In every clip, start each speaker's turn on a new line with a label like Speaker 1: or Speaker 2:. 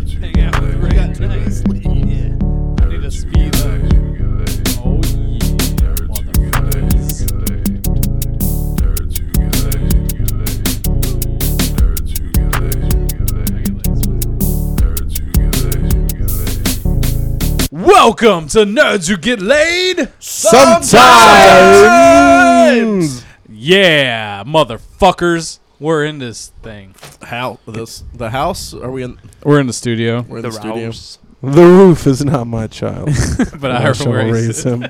Speaker 1: Oh, Welcome to Nerds Who Get Laid.
Speaker 2: Sometimes.
Speaker 1: Yeah, motherfuckers. We're in this thing.
Speaker 2: How this the house? Are we in?
Speaker 1: We're in the studio,
Speaker 2: We're in the, studio.
Speaker 3: The roof is not my child.
Speaker 1: but I
Speaker 3: I
Speaker 1: heard
Speaker 3: shall
Speaker 1: we're
Speaker 3: raise him.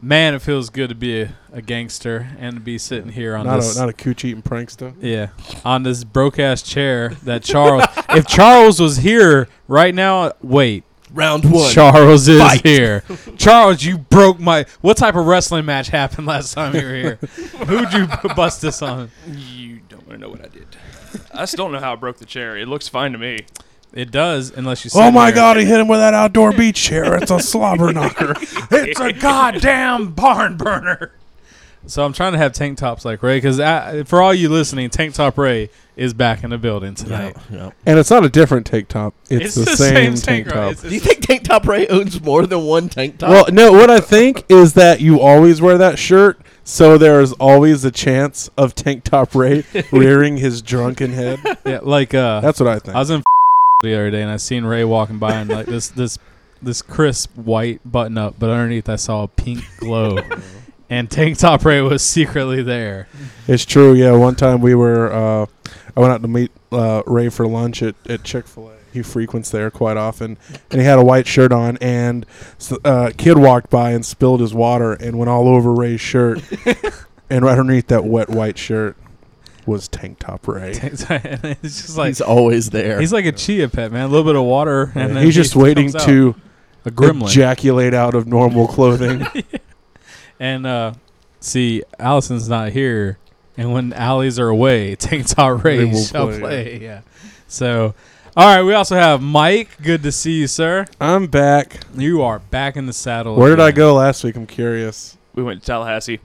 Speaker 1: Man, it feels good to be a, a gangster and to be sitting here on
Speaker 3: Not
Speaker 1: this.
Speaker 3: a, not a cooch eating prankster.
Speaker 1: yeah, on this broke ass chair that Charles. if Charles was here right now, wait.
Speaker 2: Round one.
Speaker 1: Charles is
Speaker 2: Fight.
Speaker 1: here. Charles, you broke my. What type of wrestling match happened last time you were here? Who'd you b- bust this on?
Speaker 4: You don't want to know what I did. I still don't know how I broke the chair. It looks fine to me.
Speaker 1: It does, unless you.
Speaker 3: Oh
Speaker 1: sit
Speaker 3: my
Speaker 1: there.
Speaker 3: god, he hit him with that outdoor beach chair. It's a slobber knocker.
Speaker 1: It's a goddamn barn burner. So I'm trying to have tank tops like Ray, because for all you listening, Tank Top Ray is back in the building tonight.
Speaker 3: And it's not a different tank top.
Speaker 1: It's,
Speaker 3: It's,
Speaker 1: the, same,
Speaker 3: tank,
Speaker 1: tank
Speaker 3: top.
Speaker 1: Ray. It's-
Speaker 2: Do you
Speaker 1: it's-
Speaker 2: think Tank Top Ray owns more than one tank top?
Speaker 3: well, no, what I think is that you always wear that shirt, so there is always a chance of Tank Top Ray rearing his drunken head.
Speaker 1: yeah, like uh,
Speaker 3: That's what I think.
Speaker 1: I was in the other day and I seen Ray walking by and like this this this crisp white button up, but underneath I saw a pink glow. And Tank Top Ray was secretly there.
Speaker 3: It's true. Yeah, one time we were, uh, I went out to meet uh, Ray for lunch at, at Chick Fil A. He frequents there quite often, and he had a white shirt on. And s- uh, a kid walked by and spilled his water and went all over Ray's shirt. and right underneath that wet white shirt was tank top Ray.
Speaker 1: Tank Top- and it's just like
Speaker 2: he's always there.
Speaker 1: he's like a chia pet, man. A little bit of water, and then
Speaker 3: he's
Speaker 1: he
Speaker 3: just waiting
Speaker 1: comes out.
Speaker 3: to
Speaker 1: a gremlin.
Speaker 3: ejaculate out of normal clothing.
Speaker 1: And uh see, Allison's not here, and when Allies are away, Tank Top
Speaker 3: They
Speaker 1: Ray
Speaker 3: will
Speaker 1: shall play.
Speaker 3: play.
Speaker 1: Yeah. So, all right. We also have Mike. Good to see you, sir.
Speaker 3: I'm back.
Speaker 1: You are back in the saddle.
Speaker 3: Where did I
Speaker 1: again.
Speaker 3: go last week? I'm curious.
Speaker 4: We went to Tallahassee.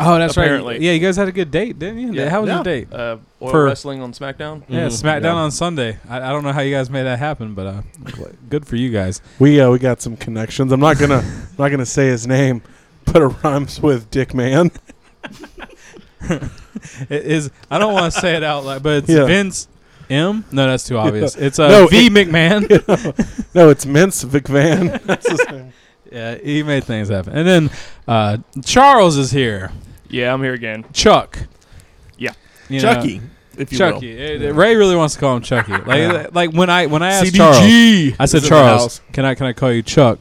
Speaker 1: Oh, that's right.
Speaker 4: Apparently.
Speaker 1: Yeah, you guys had a good date, didn't you?
Speaker 4: Yeah.
Speaker 1: How was
Speaker 2: Yeah.
Speaker 1: your date?
Speaker 4: Uh, oil
Speaker 1: For-
Speaker 4: wrestling on SmackDown.
Speaker 1: Yeah,
Speaker 3: Mm-hmm.
Speaker 2: Mhm.
Speaker 1: SmackDown
Speaker 2: Yeah.
Speaker 1: on Sunday. I, I don't know how you guys made that happen, but uh, good for you guys.
Speaker 3: We uh, we got some connections. I'm not gonna I'm not gonna say his name, but it rhymes with Dick Man.
Speaker 1: It is. I don't want to say it out loud, but it's
Speaker 3: Yeah.
Speaker 1: Vince M. No, that's too obvious. It's uh,
Speaker 3: No,
Speaker 1: V McMahon.
Speaker 3: No, it's Mince McVan. That's his name.
Speaker 1: Yeah, he made things happen. And then uh, Charles is here.
Speaker 4: Yeah, I'm here again.
Speaker 1: Chuck.
Speaker 4: Yeah.
Speaker 1: You know,
Speaker 2: Chucky, if you
Speaker 1: Chucky. Eh, eh, Ray really wants to call him Chucky. Like,
Speaker 3: Yeah.
Speaker 1: like when I when I
Speaker 2: will.
Speaker 1: asked Charles, I
Speaker 2: is
Speaker 1: said
Speaker 2: in the
Speaker 1: Charles,
Speaker 2: house."
Speaker 1: can I can I call you Chuck?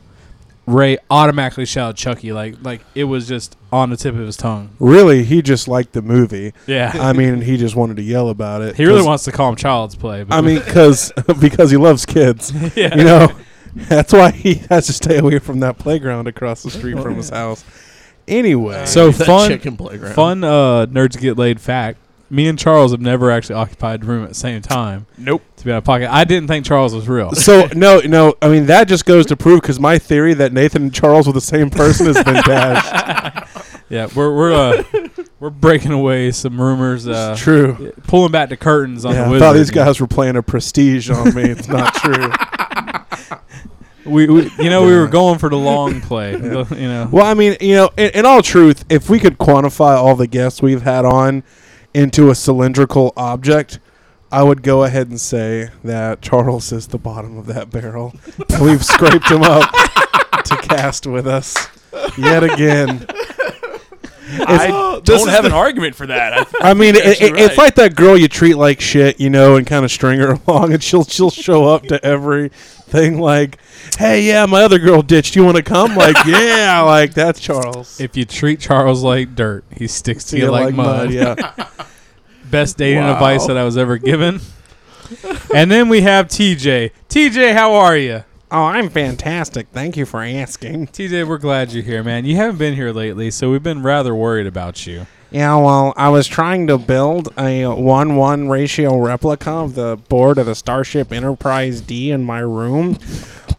Speaker 1: Ray automatically shouted Chucky. Like like it was just on the tip of his tongue.
Speaker 3: Really, he just liked the movie.
Speaker 1: Yeah.
Speaker 3: I mean, he just wanted to yell about it.
Speaker 1: he really
Speaker 3: 'cause-
Speaker 1: wants to call him Child's Play. But
Speaker 3: I mean, because because he loves kids.
Speaker 1: yeah.
Speaker 3: You know, that's why he has to stay away from that playground across the street from his house. Anyway,
Speaker 1: So
Speaker 2: That
Speaker 1: fun-
Speaker 2: chicken playground.
Speaker 1: fun uh, nerds get laid fact. Me and Charles have never actually occupied a room at the same time
Speaker 4: Nope.
Speaker 1: to be out of pocket. I didn't think Charles was real.
Speaker 3: So no, no. I mean that just goes to prove because my theory that Nathan and Charles were the same person has been dashed.
Speaker 1: Yeah, we're we're uh, we're breaking away some rumors, uh,
Speaker 3: True.
Speaker 1: pulling back the curtains on
Speaker 3: Yeah,
Speaker 1: the
Speaker 3: I
Speaker 1: wizard.
Speaker 3: thought these guys were playing a prestige on me. It's not true.
Speaker 1: We, we you know, we were going for the long play. the- You know,
Speaker 3: Well, I mean, you know, in, in all truth, if we could quantify all the guests we've had on into a cylindrical object, I would go ahead and say that Charles is the bottom of that barrel. And we've scraped him up to cast with us yet again.
Speaker 4: I
Speaker 3: this
Speaker 4: don't
Speaker 3: is
Speaker 4: have
Speaker 3: the-
Speaker 4: an argument for that. I,
Speaker 3: I mean, it,
Speaker 4: Yes,
Speaker 3: it,
Speaker 4: you're
Speaker 3: it's
Speaker 4: right.
Speaker 3: like that girl you treat like shit, you know, and kind of string her along, and she'll she'll show up to everything like, "Hey, yeah, my other girl ditched. You want to come?" Like, yeah, like that's Charles.
Speaker 1: if you treat Charles like dirt, he sticks to
Speaker 3: Yeah,
Speaker 1: you like, mud.
Speaker 3: yeah.
Speaker 1: Best dating
Speaker 4: Wow.
Speaker 1: advice that I was ever given. and then we have TJ. TJ, how are you?
Speaker 3: oh, I'm fantastic. Thank you for asking.
Speaker 1: TJ, we're glad you're here, man. You haven't been here lately, so we've been rather worried about you.
Speaker 3: Yeah, well, I was trying to build a one-one ratio replica of the board of the Starship Enterprise D in my room,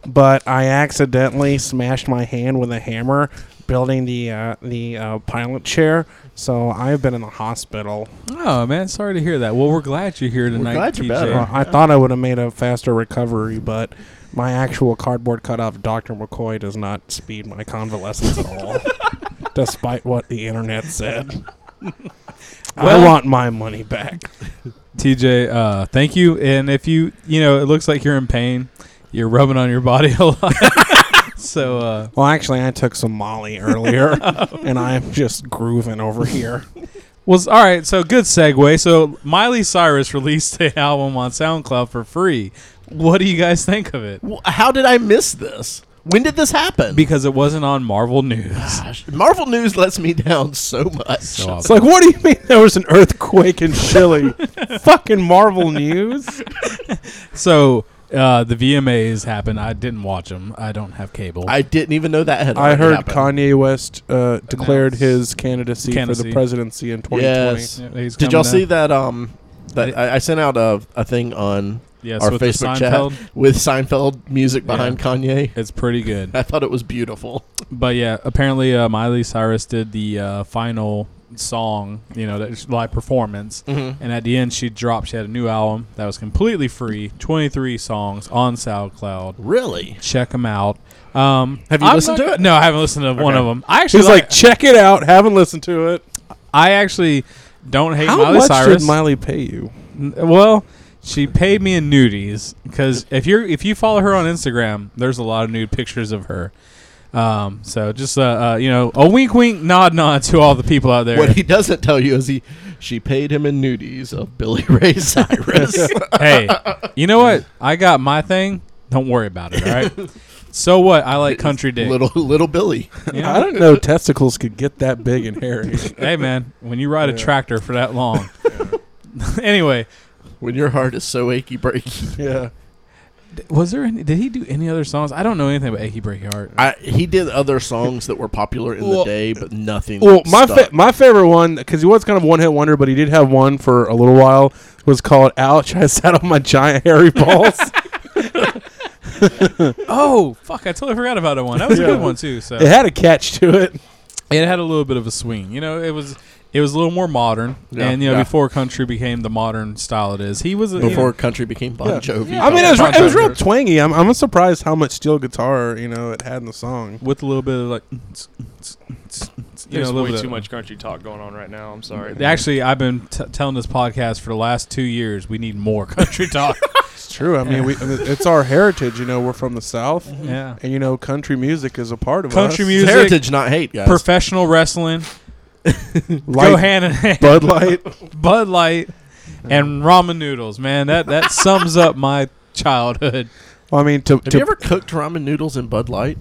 Speaker 3: but I accidentally smashed my hand with a hammer building the uh, the uh, pilot chair. So I've been in the hospital.
Speaker 1: Oh man, sorry to hear that. Well, we're glad you're here tonight.
Speaker 2: glad you're
Speaker 1: TJ.
Speaker 2: better.
Speaker 3: Well, I thought I would have made a faster recovery, but my actual cardboard cutout of Dr. McCoy does not speed my convalescence at all, despite what the internet said.
Speaker 1: Well-
Speaker 3: I want my money back.
Speaker 1: TJ, uh, thank you. And if you, you know, it looks like you're in pain, you're rubbing on your body a lot. So uh,
Speaker 3: Well, actually, I took some Molly earlier, and I'm just grooving over here.
Speaker 1: was all right. So good segue. So Miley Cyrus released a album on SoundCloud for free. What do you guys think of it?
Speaker 2: Wh- How did I miss this? When did this happen?
Speaker 1: Because it wasn't on Marvel News.
Speaker 2: Gosh, Marvel News lets me down so much.
Speaker 1: So
Speaker 3: It's like, what do you mean there was an earthquake in Chile? Fucking Marvel News.
Speaker 1: So uh, the VMAs happened. I didn't watch them. I don't have cable.
Speaker 2: I didn't even know that had.
Speaker 3: I
Speaker 2: already
Speaker 3: heard
Speaker 2: happened.
Speaker 3: Kanye West uh, declared
Speaker 1: Announced.
Speaker 3: his candidacy, for
Speaker 1: Candidacy.
Speaker 3: the presidency in 2020.
Speaker 2: Yes.
Speaker 1: Yeah, he's
Speaker 2: Did y'all
Speaker 1: coming
Speaker 2: see
Speaker 1: up.
Speaker 2: that? Um, that I, I sent out a, a thing on
Speaker 1: Yes,
Speaker 2: our
Speaker 1: with the
Speaker 2: Facebook
Speaker 1: Seinfeld.
Speaker 2: chat with Seinfeld music behind Kanye.
Speaker 1: It's pretty good.
Speaker 2: I thought it was beautiful.
Speaker 1: But yeah, apparently uh, Miley Cyrus did the uh, final song, you know, that live performance, and at the end she dropped. She had a new album that was completely free, twenty three songs on SoundCloud.
Speaker 2: Really?
Speaker 1: Check them out. Um,
Speaker 2: Have you
Speaker 1: I'm
Speaker 2: listened
Speaker 1: not-
Speaker 2: to it?
Speaker 1: No, I haven't listened to one
Speaker 2: Okay.
Speaker 1: of them. I actually
Speaker 3: She's
Speaker 1: like,
Speaker 3: like, check it out. Haven't listened to it.
Speaker 1: I actually don't hate
Speaker 3: How
Speaker 1: Miley
Speaker 3: much
Speaker 1: Cyrus.
Speaker 3: did Miley pay you?
Speaker 1: N- Well, she paid me in nudies because if you're if you follow her on Instagram, there's a lot of nude pictures of her. Um, so just uh, uh, you know, a wink, wink, nod, nod to all the people out there.
Speaker 2: What he doesn't tell you is he she paid him in nudies of Billy Ray Cyrus.
Speaker 1: hey, you know what? I got my thing. Don't worry about it. All right. so what? I like country dick.
Speaker 2: little little Billy.
Speaker 1: you
Speaker 3: I
Speaker 1: know?
Speaker 3: don't know. testicles could get that big and hairy.
Speaker 1: hey man, when you ride a
Speaker 3: Yeah.
Speaker 1: tractor for that long. anyway,
Speaker 2: When your heart is so achy breaky.
Speaker 3: yeah.
Speaker 1: d- was there any? Did he do any other songs? I don't know anything about Achy Breaky Heart.
Speaker 2: I, he did other songs that were popular in
Speaker 3: Well-
Speaker 2: the day, but nothing.
Speaker 3: Well, my fa-
Speaker 2: stuck.
Speaker 3: my favorite one because he was kind of one hit wonder, but he did have one for a little while was called "Ouch, I sat on my giant hairy balls."
Speaker 1: Oh fuck! I totally forgot about that one. That was
Speaker 3: Yeah.
Speaker 1: a good one too. So
Speaker 3: it had a catch to it.
Speaker 1: it had a little bit of a swing. You know, it was it was a little more modern,
Speaker 2: Yeah.
Speaker 1: and you know,
Speaker 2: Yeah.
Speaker 1: before country became the modern style it is, he was uh, a,
Speaker 2: before country became Bon
Speaker 3: Yeah.
Speaker 2: Jovi.
Speaker 1: Yeah.
Speaker 3: I mean, it was, it was real
Speaker 1: Contractors.
Speaker 3: twangy. I'm I'm surprised how much steel guitar you know it had in the song.
Speaker 1: with a little bit of like, you know, a
Speaker 4: There's
Speaker 1: little
Speaker 4: way
Speaker 1: bit
Speaker 4: too
Speaker 1: of-
Speaker 4: much country talk going on right now. I'm sorry.
Speaker 1: Actually, I've been t- telling this podcast for the last two years. We need more country talk.
Speaker 3: It's true. I mean, we I mean, it's our heritage. You know, we're from the south,
Speaker 1: yeah,
Speaker 3: and you know, country music is a part of
Speaker 1: Country
Speaker 3: us.
Speaker 1: music.
Speaker 2: It's heritage, not hate, guys.
Speaker 1: professional wrestling go
Speaker 3: Light
Speaker 1: hand in hand.
Speaker 3: Bud Light.
Speaker 1: Bud Light and ramen noodles, man. That that sums up my childhood.
Speaker 3: Well, I mean, to,
Speaker 2: Have
Speaker 3: to
Speaker 2: you ever cooked ramen noodles in Bud Light?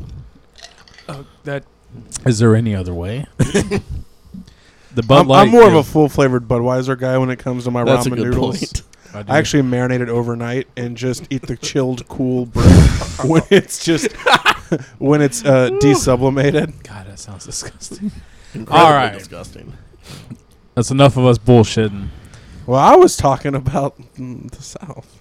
Speaker 4: that
Speaker 1: Is there any other way? the Bud
Speaker 3: I'm,
Speaker 1: Light.
Speaker 3: I'm more of a
Speaker 1: is-
Speaker 3: full flavored Budweiser guy when it comes to my
Speaker 2: That's a
Speaker 3: ramen
Speaker 2: good
Speaker 3: noodles.
Speaker 2: point.
Speaker 1: I do.
Speaker 3: I actually marinate it overnight and just eat the chilled, cool bread when it's just when it's uh, desublimated.
Speaker 1: God, that sounds disgusting.
Speaker 2: Incredibly
Speaker 1: All right.
Speaker 2: disgusting.
Speaker 1: That's enough of us bullshitting.
Speaker 3: Well, I was talking about mm, the South.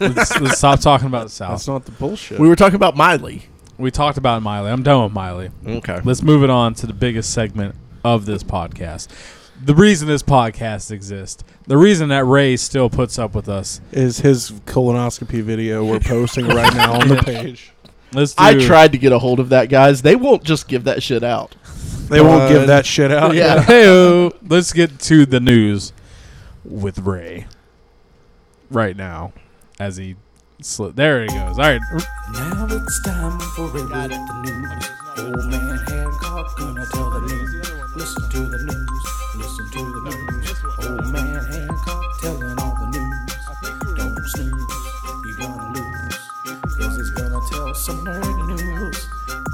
Speaker 1: Let's, let's stop talking about the South.
Speaker 3: That's not the bullshit.
Speaker 2: We were talking about Miley.
Speaker 1: We talked about Miley. I'm done with Miley.
Speaker 2: Okay.
Speaker 1: Let's move it on to the biggest segment of this podcast. The reason this podcast exists, the reason that Ray still puts up with us.
Speaker 3: is his colonoscopy video we're posting right now on the page.
Speaker 1: Let's do,
Speaker 2: I tried to get a hold of that, guys. They won't just give that shit out.
Speaker 3: They won't give
Speaker 2: Bud.
Speaker 3: that shit out.
Speaker 2: Yeah.
Speaker 1: Heyo. let's get to the news with Ray right now as he slid. There he goes. All right.
Speaker 5: Now it's time for a look at the news. Old man Hancock gonna tell the news. Listen to the news. Listen to the news. Old man Hancock telling all the news. Don't snooze, you gonna lose. Cause he's gonna tell some nerd news.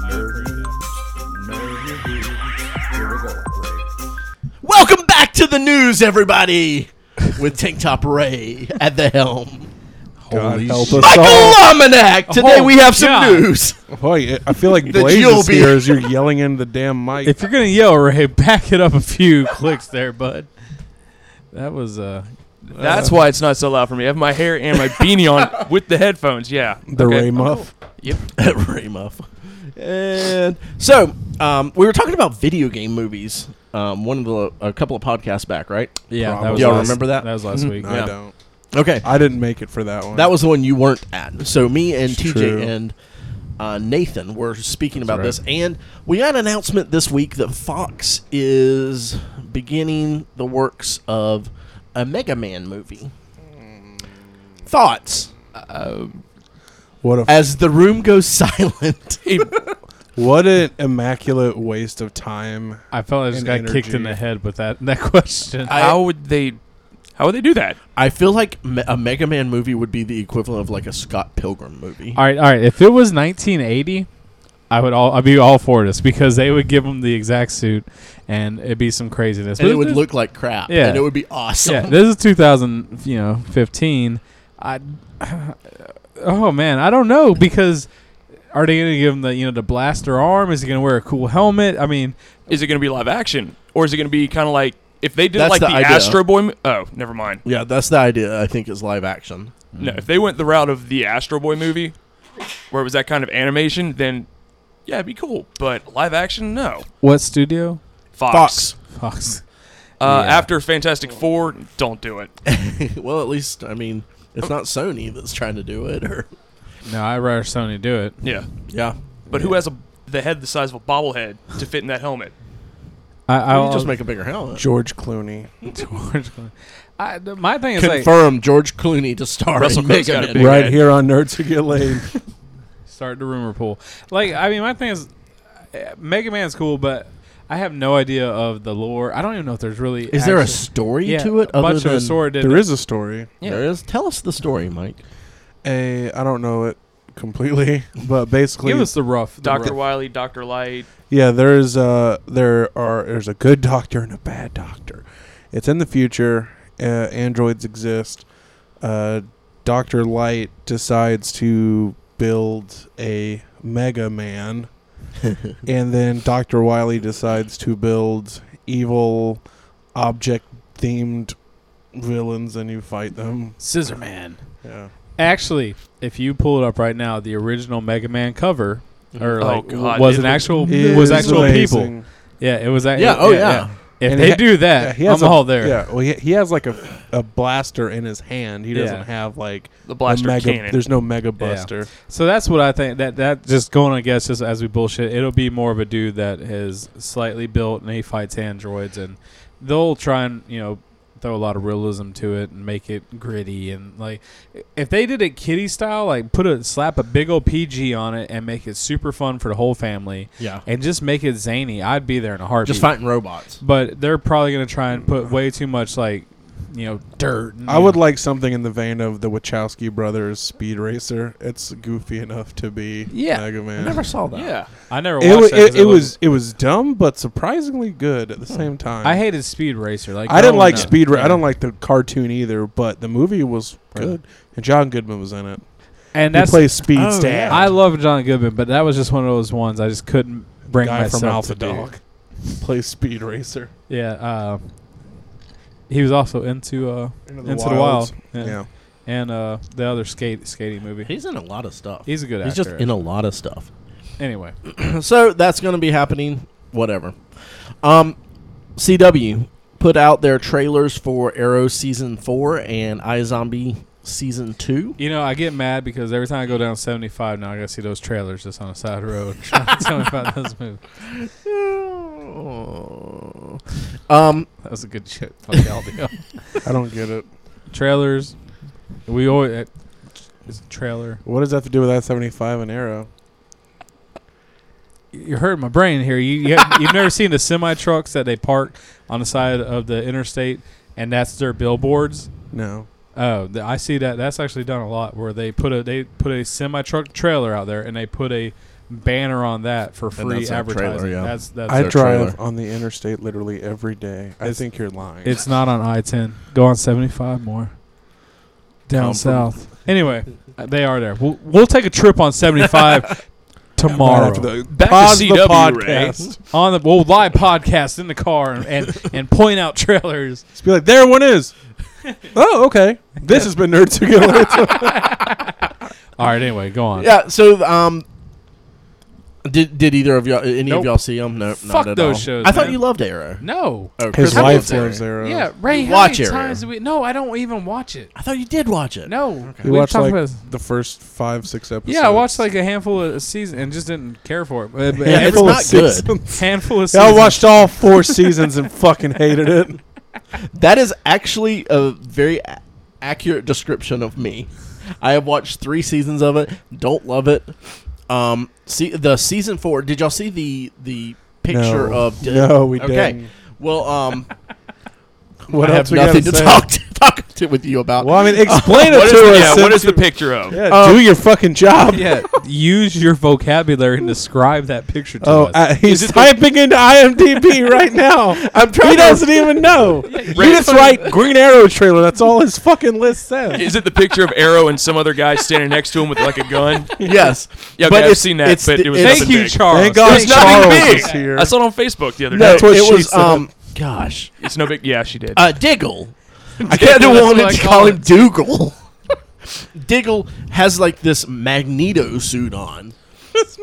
Speaker 5: Nerd news. Nerd news. Here we go, Ray.
Speaker 2: Welcome back to the news, everybody, with Tank Top Ray at the helm.
Speaker 3: God
Speaker 1: Holy
Speaker 3: help
Speaker 1: shit.
Speaker 3: us
Speaker 2: Michael
Speaker 3: all.
Speaker 2: Almanac. Today
Speaker 1: Oh,
Speaker 2: we have some
Speaker 1: God.
Speaker 2: news.
Speaker 3: Boy, I feel like
Speaker 2: The
Speaker 3: Blaze is
Speaker 2: GOB.
Speaker 3: here as you're yelling in the damn mic.
Speaker 1: If you're gonna yell, Ray, back it up a few clicks there, bud. That was uh
Speaker 4: that's why it's not so loud for me. I have my hair and my beanie on with the headphones. Yeah.
Speaker 3: the
Speaker 4: Okay.
Speaker 3: Ray Muff.
Speaker 2: Yep, Ray Muff. And so um, we were talking about video game movies. Um, one of the a couple of podcasts back, right?
Speaker 1: yeah. That was
Speaker 2: Y'all
Speaker 1: last-
Speaker 2: remember that? Mm-hmm.
Speaker 1: That was last week.
Speaker 3: I
Speaker 2: Yeah.
Speaker 3: don't.
Speaker 2: Okay,
Speaker 3: I didn't make it for that one.
Speaker 2: that was the one you weren't at. So me and
Speaker 3: It's
Speaker 2: TJ
Speaker 3: true.
Speaker 2: and uh, Nathan were speaking about
Speaker 1: right.
Speaker 2: this, and we got an announcement this week that Fox is beginning the works of a Mega Man movie. Thoughts
Speaker 3: what a
Speaker 2: as the room goes silent.
Speaker 4: It,
Speaker 3: What an immaculate waste of time.
Speaker 1: I felt I just
Speaker 3: And
Speaker 1: got kicked in
Speaker 3: energy.
Speaker 1: the head with that that question.
Speaker 2: I-
Speaker 4: how would they? How would they do that?
Speaker 2: I feel like me- a Mega Man movie would be the equivalent of like a Scott Pilgrim movie.
Speaker 1: all right, all right. If it was 1980, I would all I'd be all for this because they would give them the exact suit, and it'd be some craziness.
Speaker 2: and
Speaker 1: But
Speaker 2: it would
Speaker 1: this-
Speaker 2: look like crap.
Speaker 1: Yeah.
Speaker 2: And it would be awesome.
Speaker 1: Yeah, this is 2000. You know, 15. I. Oh man, I don't know because are they gonna give him the you know the blaster arm? Is he gonna wear a cool helmet? I mean,
Speaker 4: Is it going to be live action, or is it going to be kind of like if they did
Speaker 2: That's
Speaker 4: like
Speaker 2: the
Speaker 4: the,
Speaker 2: idea.
Speaker 4: Astro Boy? mo- Oh, never mind.
Speaker 2: Yeah, that's the idea, I think, is live action.
Speaker 4: No, if they went the route of the Astro Boy movie, where it was that kind of animation, then yeah, it'd be cool. But live action, no.
Speaker 1: what studio?
Speaker 4: Fox.
Speaker 1: Fox.
Speaker 4: Uh,
Speaker 1: Yeah.
Speaker 4: After Fantastic Four, don't do it.
Speaker 2: well, at least, I mean, it's
Speaker 4: Oh.
Speaker 2: not Sony that's trying to do it. or
Speaker 1: No, I'd rather Sony do it.
Speaker 4: Yeah,
Speaker 2: Yeah.
Speaker 4: but who has a the head the size of a bobblehead to fit in that helmet?
Speaker 1: I,
Speaker 2: I'll
Speaker 1: I'll
Speaker 2: just make a bigger helmet.
Speaker 3: George Clooney.
Speaker 1: George Clooney. I, th- my thing is like
Speaker 2: Confirm George Clooney to star
Speaker 4: Russell
Speaker 2: in
Speaker 4: Crowe's
Speaker 2: Mega
Speaker 4: gotta
Speaker 2: Man.
Speaker 4: be-
Speaker 3: right
Speaker 4: head.
Speaker 3: here on Nerds Who Get Laid.
Speaker 1: start the rumor pool. Like I mean, my thing is uh, Mega Man's cool, but I have no idea of the lore. I don't even know if there's really
Speaker 2: Is there a
Speaker 1: actual-
Speaker 2: story
Speaker 1: yeah,
Speaker 2: to it?
Speaker 1: A
Speaker 2: Other
Speaker 1: bunch
Speaker 2: than
Speaker 1: of sword. did
Speaker 3: there
Speaker 1: it.
Speaker 3: is a story.
Speaker 1: Yeah.
Speaker 2: There is. Tell us the story, Mike.
Speaker 3: A I don't know it completely, but basically,
Speaker 1: Give us the rough. the
Speaker 4: Doctor
Speaker 1: rough.
Speaker 4: Wiley, Doctor Light.
Speaker 3: yeah, there's uh there are there's a good doctor and a bad doctor. It's in the future. Uh, androids exist. Uh, Doctor Light decides to build a Mega Man, and then Doctor Wiley decides to build evil object themed villains, and you fight them.
Speaker 1: Scissor Man.
Speaker 3: Yeah.
Speaker 1: Actually, if you pull it up right now, the original Mega Man cover or
Speaker 4: Oh,
Speaker 1: like
Speaker 4: God,
Speaker 1: was
Speaker 4: it
Speaker 1: an
Speaker 4: was-
Speaker 1: actual
Speaker 3: It
Speaker 1: was
Speaker 3: is
Speaker 1: actual people.
Speaker 3: amazing.
Speaker 1: Yeah, it was. a-
Speaker 2: Yeah, oh, yeah.
Speaker 1: If
Speaker 3: And
Speaker 1: they
Speaker 3: he ha-
Speaker 1: do
Speaker 3: Yeah,
Speaker 1: that,
Speaker 3: he has
Speaker 1: I'm
Speaker 3: a-
Speaker 1: all there.
Speaker 3: Yeah, well, he, he has like a, a blaster in his hand. He doesn't
Speaker 1: Yeah.
Speaker 3: have like
Speaker 4: The
Speaker 3: a
Speaker 4: blaster
Speaker 3: mega.
Speaker 4: cannon.
Speaker 3: There's no mega buster.
Speaker 1: So that's what I think. That that just going I guess just as we bullshit, it'll be more of a dude that is slightly built and he fights androids, and they'll try and you know throw a lot of realism to it and make it gritty and like if they did it kitty style, like put a slap a big old PG on it and make it super fun for the whole family,
Speaker 2: Yeah.
Speaker 1: and just make it zany. I'd be there in a heartbeat.
Speaker 2: Just fighting robots.
Speaker 1: but they're probably gonna try and put way too much like you know dirt. And,
Speaker 3: I
Speaker 1: you
Speaker 3: would
Speaker 1: know,
Speaker 3: like something in the vein of the Wachowski brothers Speed Racer. It's goofy enough to be
Speaker 1: Yeah.
Speaker 3: Mega Man.
Speaker 2: I never saw that.
Speaker 4: Yeah,
Speaker 1: I never watched
Speaker 3: it, wa-
Speaker 1: that 'cause
Speaker 3: it, it
Speaker 1: looked-
Speaker 3: was it was dumb but surprisingly good at the same time.
Speaker 1: Hmm. I hated Speed Racer. Like
Speaker 3: I didn't
Speaker 1: growing
Speaker 3: like
Speaker 1: up.
Speaker 3: Speed. Ra-
Speaker 1: Yeah.
Speaker 3: I don't like the cartoon either, but the movie was
Speaker 1: Right.
Speaker 3: good, and John Goodman was in it.
Speaker 1: And
Speaker 3: he
Speaker 1: that's
Speaker 3: plays Speed
Speaker 2: Oh,
Speaker 3: Stab.
Speaker 1: I love John Goodman, but that was just one of those ones I just couldn't bring
Speaker 3: guy
Speaker 1: myself
Speaker 3: from Alpha
Speaker 1: to do.
Speaker 3: Dog plays Speed Racer.
Speaker 1: Yeah, uh, he was also into uh,
Speaker 3: Into
Speaker 1: Into the Wild.
Speaker 3: Yeah.
Speaker 1: Yeah. and uh, the other skate skating movie.
Speaker 2: He's in a lot of stuff.
Speaker 1: He's a good
Speaker 2: He's
Speaker 1: actor.
Speaker 2: just in a lot of stuff.
Speaker 1: anyway,
Speaker 2: so that's going to be happening. Whatever. Um, CW put out their trailers for Arrow season four and iZombie season two.
Speaker 1: you know I get mad because every time I go down 75 now I gotta see those trailers just on the side of the road. trying to tell me about those movies.
Speaker 2: Um,
Speaker 1: That was a good shit. Fuck LDL.
Speaker 3: I don't get it.
Speaker 1: trailers. We always uh, it's a trailer.
Speaker 3: What does that have to do with I seventy five and Arrow?
Speaker 1: you're hurting my brain here. You, you have, you've never seen the semi trucks that they park on the side of the interstate, and that's their billboards.
Speaker 3: No.
Speaker 1: Oh, th- I see that. That's actually done a lot where they put a they put a semi truck trailer out there, and they put a banner on that for free
Speaker 2: that's not a trailer,
Speaker 1: advertising.
Speaker 2: yeah.
Speaker 1: That's that's.
Speaker 3: I
Speaker 2: their
Speaker 3: drive
Speaker 2: trailer.
Speaker 3: on the interstate literally every day. I think you're lying.
Speaker 1: it's not on I ten. Go on seventy five more. Down
Speaker 2: Come from-
Speaker 1: south. Anyway, uh, they are there. We'll, we'll take a trip on seventy five tomorrow.
Speaker 3: After the-
Speaker 4: Back to
Speaker 3: pause the
Speaker 4: CW, Ray.
Speaker 3: podcast.
Speaker 1: on the we'll live podcast in the car and and, and point out trailers.
Speaker 3: Just be like, there one is. oh, okay. This has been Nerds Who Get Laid.
Speaker 1: All right, anyway, go on.
Speaker 2: yeah. So, um, did did either of y'all any of y'all see them? No,
Speaker 1: Fuck
Speaker 2: not at
Speaker 1: those
Speaker 2: all.
Speaker 1: shows,
Speaker 2: I thought
Speaker 1: man.
Speaker 2: you loved Arrow.
Speaker 1: No.
Speaker 2: Oh,
Speaker 3: His
Speaker 2: Chris
Speaker 3: wife
Speaker 2: Arrow.
Speaker 3: loves Arrow.
Speaker 1: Yeah, Ray.
Speaker 2: You
Speaker 1: How
Speaker 2: watch
Speaker 1: many
Speaker 2: it,
Speaker 1: times
Speaker 2: Ray.
Speaker 1: do we? No, I don't even watch it.
Speaker 2: I thought you did watch it.
Speaker 1: No,
Speaker 3: We
Speaker 1: We've
Speaker 3: watched
Speaker 1: talked
Speaker 3: like
Speaker 1: about this.
Speaker 3: the first five, six episodes.
Speaker 1: Yeah, I watched like a handful of season and just didn't care for it. But, but
Speaker 2: Yeah,
Speaker 1: handful,
Speaker 2: not good.
Speaker 1: handful of
Speaker 3: Yeah, I
Speaker 1: seasons.
Speaker 3: watched all four seasons and fucking hated it.
Speaker 2: That is actually a very a- accurate description of me. I have watched three seasons of it. Don't love it. Um, see the season four. Did y'all see the the picture
Speaker 3: no.
Speaker 2: of?
Speaker 3: no, we
Speaker 2: okay.
Speaker 3: didn't.
Speaker 2: Well, um,
Speaker 3: What
Speaker 2: I
Speaker 3: else
Speaker 2: have
Speaker 3: we gotta
Speaker 2: nothing to
Speaker 3: say?
Speaker 2: talk to, talk to with you about.
Speaker 3: Well, I mean, explain it
Speaker 4: What is,
Speaker 3: to us.
Speaker 4: the, yeah,
Speaker 3: since
Speaker 4: what is the
Speaker 3: you-
Speaker 4: picture of?
Speaker 3: Yeah,
Speaker 2: Uh,
Speaker 3: do your fucking job.
Speaker 1: Yeah, use your vocabulary and describe that picture to
Speaker 3: Oh,
Speaker 1: us.
Speaker 3: uh, he's
Speaker 4: it the-
Speaker 3: typing into IMDb right now.
Speaker 2: I'm trying.
Speaker 3: he
Speaker 2: to-
Speaker 3: doesn't even know. you just write Green Arrow trailer. That's all his fucking list says.
Speaker 4: Is it the picture of Arrow and some other guy standing next to him with like a gun?
Speaker 2: Yes.
Speaker 4: Yeah, okay, I've
Speaker 2: it's-
Speaker 4: seen that,
Speaker 2: it's
Speaker 4: but
Speaker 2: the-
Speaker 4: it was
Speaker 2: it's-
Speaker 1: Thank you,
Speaker 4: big.
Speaker 1: Charles.
Speaker 3: Thank God
Speaker 4: It's nothing
Speaker 3: Charles
Speaker 4: big.
Speaker 3: is here.
Speaker 4: I saw it on Facebook the other
Speaker 2: No,
Speaker 4: day.
Speaker 3: That's what
Speaker 2: it
Speaker 3: she
Speaker 2: was.
Speaker 3: said.
Speaker 2: Um, gosh,
Speaker 4: It's no big. Yeah, she did.
Speaker 2: uh, Diggle.
Speaker 1: Diggle,
Speaker 2: I kind of
Speaker 1: that's
Speaker 2: wanted
Speaker 1: what I
Speaker 2: to
Speaker 1: call
Speaker 2: call him
Speaker 1: it.
Speaker 2: Dougal. Diggle has like this Magneto suit on.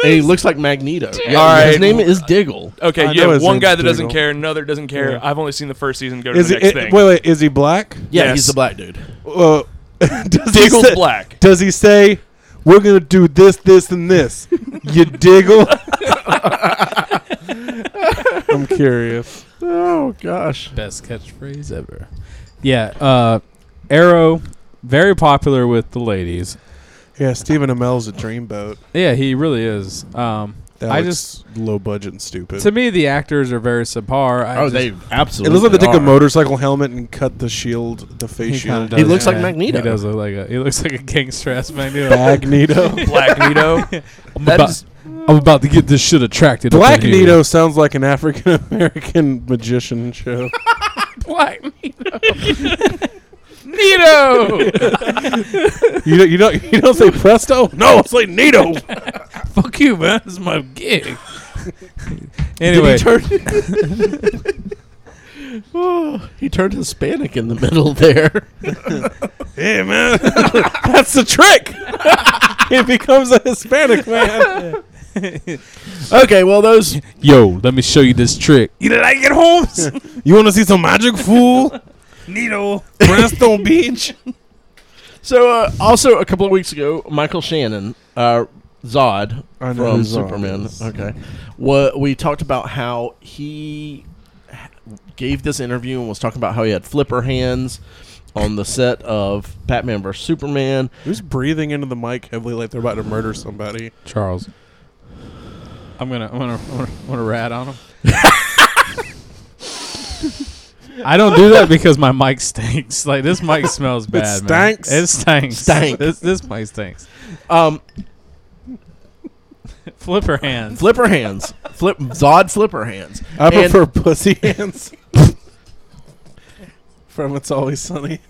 Speaker 2: And he looks like Magneto. Yeah,
Speaker 4: All
Speaker 2: His
Speaker 4: right.
Speaker 2: name is Diggle.
Speaker 4: okay,
Speaker 3: I
Speaker 4: you
Speaker 3: know
Speaker 4: have
Speaker 3: his
Speaker 4: one
Speaker 3: name's
Speaker 4: guy that doesn't
Speaker 3: Dougal.
Speaker 4: care, another doesn't care.
Speaker 3: Yeah.
Speaker 4: I've only seen the first season go to
Speaker 3: Is
Speaker 4: the
Speaker 3: he,
Speaker 4: next thing.
Speaker 3: it, wait, wait, is he black?
Speaker 2: Yeah,
Speaker 4: Yes.
Speaker 2: he's the black dude.
Speaker 3: Uh, does, he
Speaker 4: Diggle's
Speaker 3: say,
Speaker 4: black.
Speaker 3: does he say, we're going to do this, this, and this? You diggle? I'm curious.
Speaker 2: Oh gosh.
Speaker 1: Best catchphrase ever. Yeah, uh, Arrow, very popular with the ladies.
Speaker 3: Yeah, Stephen Amell's a dreamboat.
Speaker 1: Yeah, he really is. Um,
Speaker 3: That
Speaker 1: I
Speaker 3: looks
Speaker 1: just
Speaker 3: low budget and stupid.
Speaker 1: to me the actors are very subpar. I
Speaker 2: Oh,
Speaker 1: just-
Speaker 2: they
Speaker 3: it
Speaker 2: absolutely.
Speaker 3: looks like they took
Speaker 2: are.
Speaker 3: a motorcycle helmet and cut the shield, the face
Speaker 1: he kinda
Speaker 3: shield.
Speaker 1: does,
Speaker 2: He looks like
Speaker 1: yeah.
Speaker 2: Magneto.
Speaker 1: He does look like a. He looks like a gangster ass Magneto.
Speaker 3: Magneto.
Speaker 4: Black Nito.
Speaker 1: I'm,
Speaker 2: That
Speaker 1: about,
Speaker 2: is-
Speaker 1: I'm about to get this shit attracted. up
Speaker 3: Black
Speaker 1: in here.
Speaker 3: Nito sounds like an African American magician show.
Speaker 1: Black Nito. Nito.
Speaker 3: you don't, you don't you don't say presto? No, it's like Nito.
Speaker 1: Fuck you, man. This is my gig.
Speaker 2: Did
Speaker 1: anyway,
Speaker 2: he turn? Oh, he turned Hispanic in the middle there.
Speaker 3: yeah, man. That's the trick. he becomes a Hispanic man.
Speaker 2: okay, well those
Speaker 1: yo, let me show you this trick.
Speaker 3: You like it, Holmes? you want to see some magic, fool? Nito, Bristol Beach.
Speaker 2: So uh, also a couple of weeks ago, Michael Shannon, uh, Zod
Speaker 3: I know
Speaker 2: from
Speaker 3: who Zod
Speaker 2: Superman.
Speaker 3: is.
Speaker 2: Okay, what we talked about how he ha- gave this interview and was talking about how he had flipper hands on the set of Batman vs Superman.
Speaker 3: Who's breathing into the mic heavily like they're about to murder somebody?
Speaker 1: Charles. I'm gonna I'm gonna I'm gonna, I'm gonna rat on him. I don't do that because my mic stinks. Like this mic smells bad.
Speaker 3: stinks?
Speaker 1: Man. It stinks.
Speaker 2: Stank.
Speaker 1: This this mic stinks.
Speaker 2: Um,
Speaker 1: Flipper hands.
Speaker 2: flipper hands, flip Zod flipper hands.
Speaker 3: I
Speaker 2: And-
Speaker 3: prefer pussy hands. From It's Always Sunny.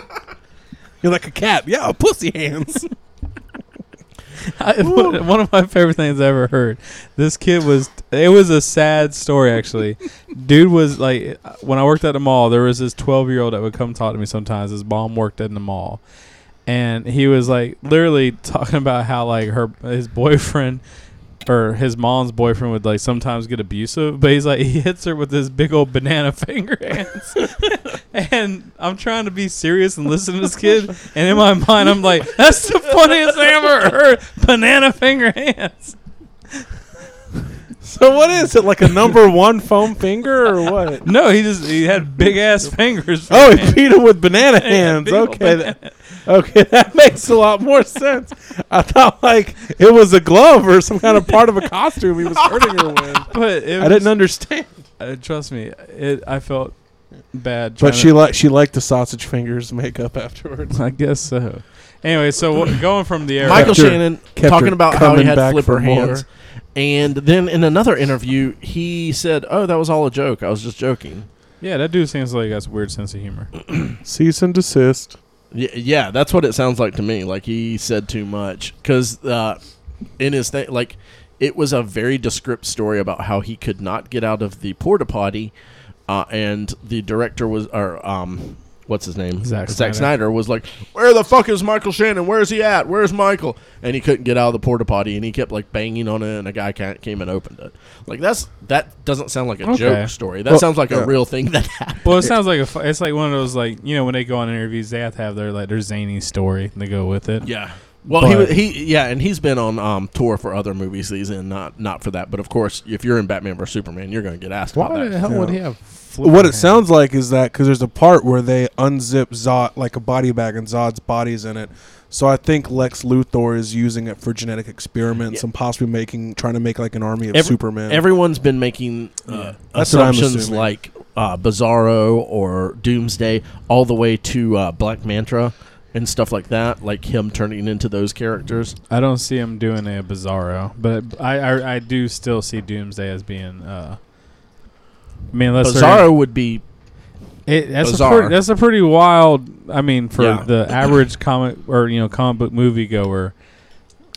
Speaker 3: You're like a cat. Yeah, pussy hands.
Speaker 1: I, one one of my favorite things I ever heard. This kid was. It was a sad story actually. Dude was like, when I worked at the mall, there was this twelve year old that would come talk to me sometimes. His mom worked in the mall, and he was like literally talking about how like her his boyfriend. Or his mom's boyfriend would like sometimes get abusive, but he's like he hits her with his big old banana finger hands. and I'm trying to be serious and listen to this kid, and in my mind I'm like, that's the funniest thing I've ever heard. Banana finger hands.
Speaker 3: so what is it? Like a number one foam finger or what?
Speaker 1: No, he just he had big ass fingers. for
Speaker 3: Oh, he
Speaker 1: hands.
Speaker 3: beat him with banana
Speaker 1: Yeah,
Speaker 3: hands.
Speaker 1: big old
Speaker 3: Okay,
Speaker 1: banana.
Speaker 3: that, okay, that makes a lot more sense. I thought like it was a glove or some kind of part of a costume he was hurting her with.
Speaker 1: but it
Speaker 3: I
Speaker 1: was,
Speaker 3: didn't understand.
Speaker 1: uh, trust me, it I felt bad. trying
Speaker 3: But
Speaker 1: to-
Speaker 3: she like she liked the sausage fingers makeup afterwards.
Speaker 1: I guess so. Anyway, so what, going from the era,
Speaker 2: Michael
Speaker 3: Kept her-
Speaker 2: Shannon
Speaker 3: kept
Speaker 2: talking
Speaker 3: her
Speaker 2: about how he
Speaker 3: coming
Speaker 2: had
Speaker 3: back
Speaker 2: flipper
Speaker 3: for more.
Speaker 2: hands. And then in another interview, he said, "Oh, that was all a joke. I was just joking."
Speaker 1: yeah, that dude seems like he has a weird sense of humor.
Speaker 3: Cease and desist.
Speaker 2: Y- yeah, that's what it sounds like to me. Like he said too much because uh, in his thing, like it was a very descript story about how he could not get out of the porta potty, uh, and the director was or um, what's his name,
Speaker 1: Zack Snyder.
Speaker 2: Snyder was like, "Where the fuck is Michael Shannon? Where's he at? Where's Michael?" And he couldn't get out of the porta potty, and he kept like banging on it, and a guy ca- came and opened it. Like that's that doesn't sound like a
Speaker 1: Okay.
Speaker 2: joke story. That
Speaker 3: Well,
Speaker 2: sounds like
Speaker 3: yeah.
Speaker 2: a real thing that happened.
Speaker 1: Well, it sounds like a fu- it's like one of those like you know when they go on interviews they have to have their like their zany story and they go with it.
Speaker 2: Yeah. Well, he,
Speaker 1: But-
Speaker 2: wa- he yeah, and he's been on um, tour for other movies he's in, not not for that. But of course, if you're in Batman vs Superman, you're going to get asked about
Speaker 1: Why
Speaker 2: that.
Speaker 1: the hell would he have?
Speaker 3: What it sounds like is that because there's a part where they unzip Zod like a body bag and Zod's body's in it. So I think Lex Luthor is using it for genetic experiments and possibly making trying to make like an army of
Speaker 2: Every-
Speaker 3: Superman.
Speaker 2: Everyone's been making uh,
Speaker 3: That's what I'm
Speaker 2: assumptions
Speaker 3: assuming.
Speaker 2: like uh, Bizarro or Doomsday, all the way to uh, Black Mantra and stuff like that, like him turning into those characters.
Speaker 1: I don't see him doing a Bizarro, but I I, I do still see Doomsday as being. Uh, I mean, unless they're-
Speaker 2: Bizarro would be
Speaker 1: It, that's
Speaker 2: Bizarre.
Speaker 1: a pretty, that's a pretty wild. I mean, for
Speaker 2: Yeah.
Speaker 1: the average comic or you know comic book movie goer,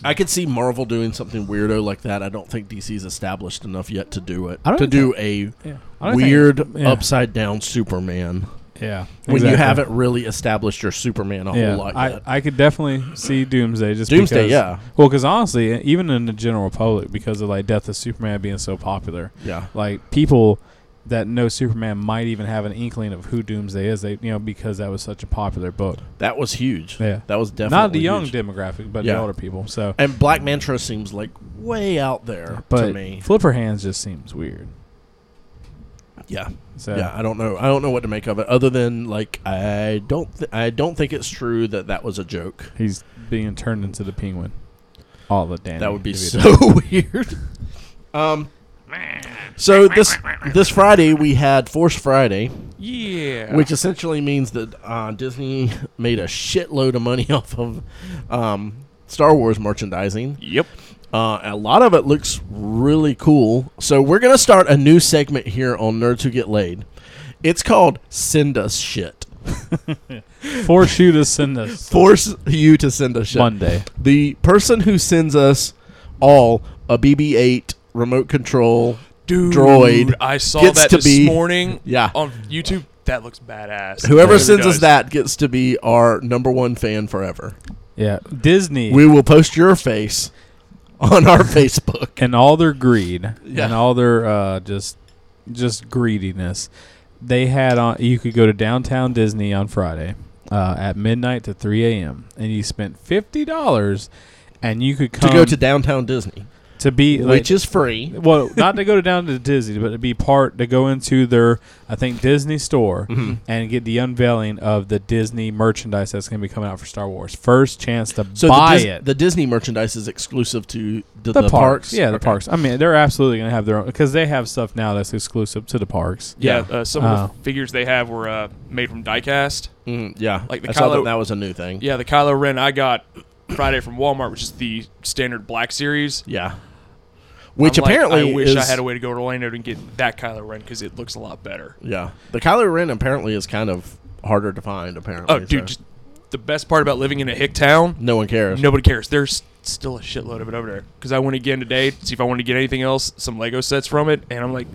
Speaker 2: I could see Marvel doing something weirdo like that. I don't think DC's established enough yet to do it.
Speaker 1: I don't
Speaker 2: to do a
Speaker 1: I don't
Speaker 2: weird
Speaker 1: think- yeah.
Speaker 2: upside down Superman
Speaker 1: yeah,
Speaker 2: when you
Speaker 1: exactly.
Speaker 2: haven't really established your Superman a
Speaker 1: yeah,
Speaker 2: whole lot
Speaker 1: I,
Speaker 2: yet.
Speaker 1: I could definitely see Doomsday just
Speaker 2: Doomsday,
Speaker 1: because-
Speaker 2: yeah.
Speaker 1: Well, because honestly, e, even in the general public, because of like Death of Superman being so popular,
Speaker 2: yeah.
Speaker 1: like people that know Superman might even have an inkling of who Doomsday is. They you know because that was such a popular book.
Speaker 2: That was huge.
Speaker 1: Yeah.
Speaker 2: That was definitely
Speaker 1: Not the young
Speaker 2: huge.
Speaker 1: demographic, but
Speaker 2: Yeah.
Speaker 1: the older people. So,
Speaker 2: And Black Mantra seems like way out there
Speaker 1: but
Speaker 2: to me.
Speaker 1: Flipper Hands just seems weird.
Speaker 2: Yeah.
Speaker 1: So
Speaker 2: yeah, I don't know. I don't know what to make of it other than like I don't th- I don't think it's true that that was a joke.
Speaker 1: He's being turned into the penguin. All the damn.
Speaker 2: That would be so weird. Um so this this Friday we had Force Friday,
Speaker 4: Yeah.
Speaker 2: which essentially means that uh, Disney made a shitload of money off of um, Star Wars merchandising.
Speaker 4: Yep.
Speaker 2: Uh, a lot of it looks really cool. So we're gonna start a new segment here on Nerds Who Get Laid. It's called Send Us Shit.
Speaker 1: Force you to send us
Speaker 2: Force you to send us shit.
Speaker 1: Monday.
Speaker 2: The person who sends us all a BB-8 remote control
Speaker 4: Dude,
Speaker 2: droid
Speaker 4: I saw
Speaker 2: gets
Speaker 4: that
Speaker 2: to
Speaker 4: this
Speaker 2: be-
Speaker 4: morning.
Speaker 2: Yeah.
Speaker 4: On YouTube, that looks badass.
Speaker 2: Whoever sends us
Speaker 4: does.
Speaker 2: that gets to be our number one fan forever.
Speaker 1: Yeah, Disney
Speaker 2: We will post your face on our Facebook.
Speaker 1: and all their greed
Speaker 2: Yeah.
Speaker 1: and all their uh, just just greediness. They had on. You could go to downtown Disney on Friday uh, at midnight to 3 a.m. and you spent fifty dollars, and you could
Speaker 2: To
Speaker 1: come
Speaker 2: go to downtown Disney,
Speaker 1: to be like,
Speaker 2: which is free.
Speaker 1: well, not to go down to Disney, but to be part to go into their, I think Disney store
Speaker 2: Mm-hmm.
Speaker 1: and get the unveiling of the Disney merchandise that's going to be coming out for Star Wars. First chance to
Speaker 2: So
Speaker 1: buy
Speaker 2: the, Dis-
Speaker 1: it.
Speaker 2: the Disney merchandise is exclusive to the,
Speaker 1: The
Speaker 2: the parks.
Speaker 1: yeah, the
Speaker 2: Okay.
Speaker 1: parks. I mean, they're absolutely going to have their own because they have stuff now that's exclusive to the parks.
Speaker 4: Yeah.
Speaker 2: Yeah.
Speaker 4: Uh, some of
Speaker 1: Oh.
Speaker 4: the figures they have were uh, made from diecast.
Speaker 2: Mm, yeah,
Speaker 4: Like the
Speaker 2: I saw that
Speaker 4: Kylo-
Speaker 2: that was a new thing.
Speaker 4: Yeah, the Kylo Ren I got Friday from Walmart, which is the standard black series.
Speaker 2: Yeah. Which
Speaker 4: I'm like,
Speaker 2: apparently
Speaker 4: I wish I
Speaker 2: is-
Speaker 4: had a way to go to Orlando and get that Kylo Ren because it looks a lot better.
Speaker 2: Yeah, the Kylo Ren apparently is kind of harder to find. Apparently,
Speaker 4: Oh,
Speaker 2: so
Speaker 4: dude, just the best part about living in a hick town,
Speaker 2: no one cares.
Speaker 4: nobody cares. There's still a shitload of it over there. Because I went again today to see if I wanted to get anything else, some Lego sets from it, and I'm like,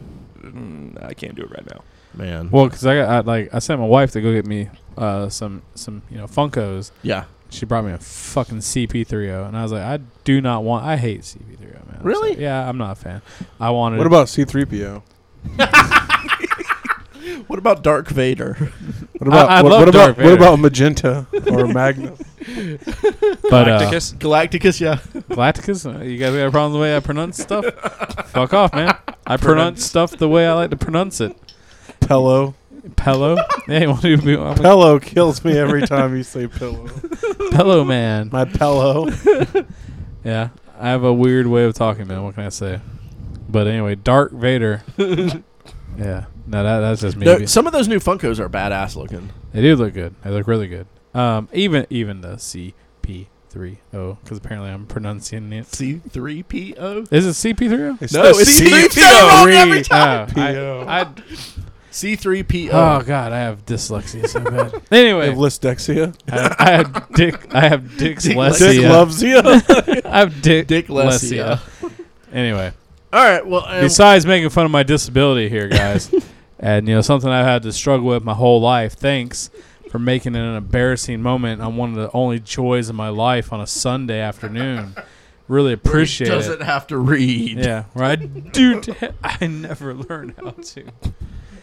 Speaker 4: mm, I can't do it right now.
Speaker 2: man.
Speaker 1: Well, because I got I, like I sent my wife to go get me uh, some some you know Funkos.
Speaker 2: yeah,
Speaker 1: She brought me a fucking CP3O, oh, and I was like, I do not want. I hate CP3O, oh, man. I'm
Speaker 2: Really?
Speaker 1: sorry. yeah, I'm not a fan. I wanted.
Speaker 3: what about C-3PO?
Speaker 2: what about Dark Vader?
Speaker 3: What about
Speaker 1: I
Speaker 3: what,
Speaker 1: love
Speaker 3: what
Speaker 1: Darth
Speaker 3: about what
Speaker 1: Vader.
Speaker 3: about Magenta or Magnum?
Speaker 1: But, uh,
Speaker 4: Galacticus?
Speaker 2: Galacticus, yeah.
Speaker 1: Galacticus? Uh, You guys got a problem with the way I pronounce stuff? Fuck off, man. I pronounce stuff the way I like to pronounce it.
Speaker 3: Pillow.
Speaker 1: Pello. yeah, you want to be I'm a
Speaker 3: Pillow kills me every time you say pillow.
Speaker 1: Pello man.
Speaker 3: My pillow.
Speaker 1: Yeah, I have a weird way of talking, man. What can I say? But anyway, Dark Vader. yeah, no, that, that's just me.
Speaker 2: No, some of those new Funkos are badass looking.
Speaker 1: they do look good. They look really good. Um, even even the CP3O, because oh, apparently I'm pronouncing it.
Speaker 2: C three PO.
Speaker 1: Is it CP3O?
Speaker 3: It's
Speaker 2: No,
Speaker 3: the
Speaker 2: it's
Speaker 3: C-
Speaker 2: C- wrong every
Speaker 1: time.
Speaker 3: PO.
Speaker 1: Ah, I, I
Speaker 2: C three
Speaker 1: Oh
Speaker 2: PO.
Speaker 1: God, I have dyslexia so bad. anyway,
Speaker 3: of Lysdexia.
Speaker 1: I, I have Dick. I have Dick's
Speaker 2: Dick
Speaker 3: Dick
Speaker 2: Lexia.
Speaker 1: Lesia.
Speaker 3: loves you.
Speaker 1: I have Dick.
Speaker 2: Dick Lesia.
Speaker 1: Anyway,
Speaker 2: All right. Well, um,
Speaker 1: besides making fun of my disability here, guys, and you know something I've had to struggle with my whole life. Thanks for making it an embarrassing moment on one of the only joys of my life on a Sunday afternoon. Really
Speaker 2: he
Speaker 1: appreciate
Speaker 2: doesn't
Speaker 1: it.
Speaker 2: have to read.
Speaker 1: Yeah, right, dude. I never learned how to.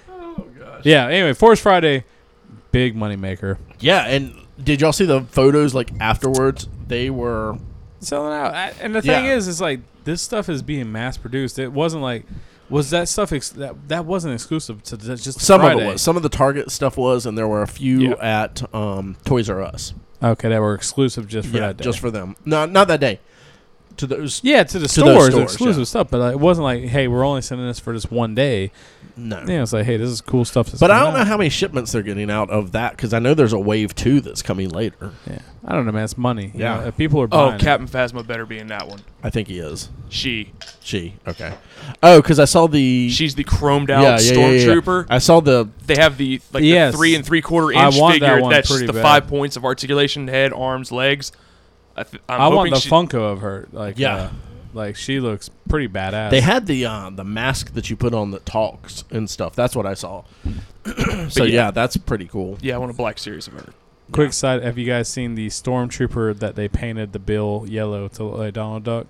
Speaker 1: Oh gosh. Yeah. Anyway, Force Friday, big moneymaker.
Speaker 2: Yeah, and did y'all see the photos like afterwards? they were
Speaker 1: selling out. I, and the
Speaker 2: Yeah.
Speaker 1: thing is, is like this stuff is being mass produced. It wasn't like was that stuff ex- that that wasn't exclusive to th- just
Speaker 2: some
Speaker 1: Friday.
Speaker 2: of it was some of the Target stuff was, and there were a few
Speaker 1: Yeah.
Speaker 2: at um, Toys R Us.
Speaker 1: Okay, that were exclusive just for
Speaker 2: yeah,
Speaker 1: that day.
Speaker 2: just for them. No, not that day. To those,
Speaker 1: yeah, to the
Speaker 2: to those
Speaker 1: stores,
Speaker 2: stores,
Speaker 1: exclusive
Speaker 2: yeah.
Speaker 1: stuff, but like, it wasn't like, hey, we're only sending this for this one day.
Speaker 2: no.
Speaker 1: Yeah, it's like, hey, this is cool stuff. That's
Speaker 2: But I
Speaker 1: coming
Speaker 2: don't know
Speaker 1: out.
Speaker 2: how many shipments they're getting out of that because I know there's a wave two that's coming later.
Speaker 1: Yeah, I don't know, man. It's money. You
Speaker 2: Yeah.
Speaker 1: know, if people are buying.
Speaker 4: Oh,
Speaker 1: it-
Speaker 4: Captain Phasma better be in that one.
Speaker 2: I think he is
Speaker 4: She,
Speaker 2: she. Okay. Oh, because I saw the
Speaker 4: she's the chromed out
Speaker 2: yeah, yeah, yeah, yeah, yeah.
Speaker 4: stormtrooper.
Speaker 2: I saw the
Speaker 4: They have the like
Speaker 1: Yes.
Speaker 4: the three and three quarter
Speaker 1: I
Speaker 4: inch
Speaker 1: want that
Speaker 4: figure
Speaker 1: one
Speaker 4: that's
Speaker 1: pretty
Speaker 4: the
Speaker 1: bad.
Speaker 4: five points of articulation: head, arms, legs. I, th- I'm
Speaker 1: I want
Speaker 4: hoping
Speaker 1: the
Speaker 4: she-
Speaker 1: Funko of her. Like,
Speaker 2: Yeah.
Speaker 1: uh, like she looks pretty badass.
Speaker 2: they had the uh, the mask that you put on that talks and stuff. That's what I saw. so
Speaker 4: yeah.
Speaker 2: yeah, that's pretty cool.
Speaker 4: Yeah, I want a black series of her.
Speaker 1: Quick side: Have you guys seen the stormtrooper that they painted the bill yellow to look like Donald Duck?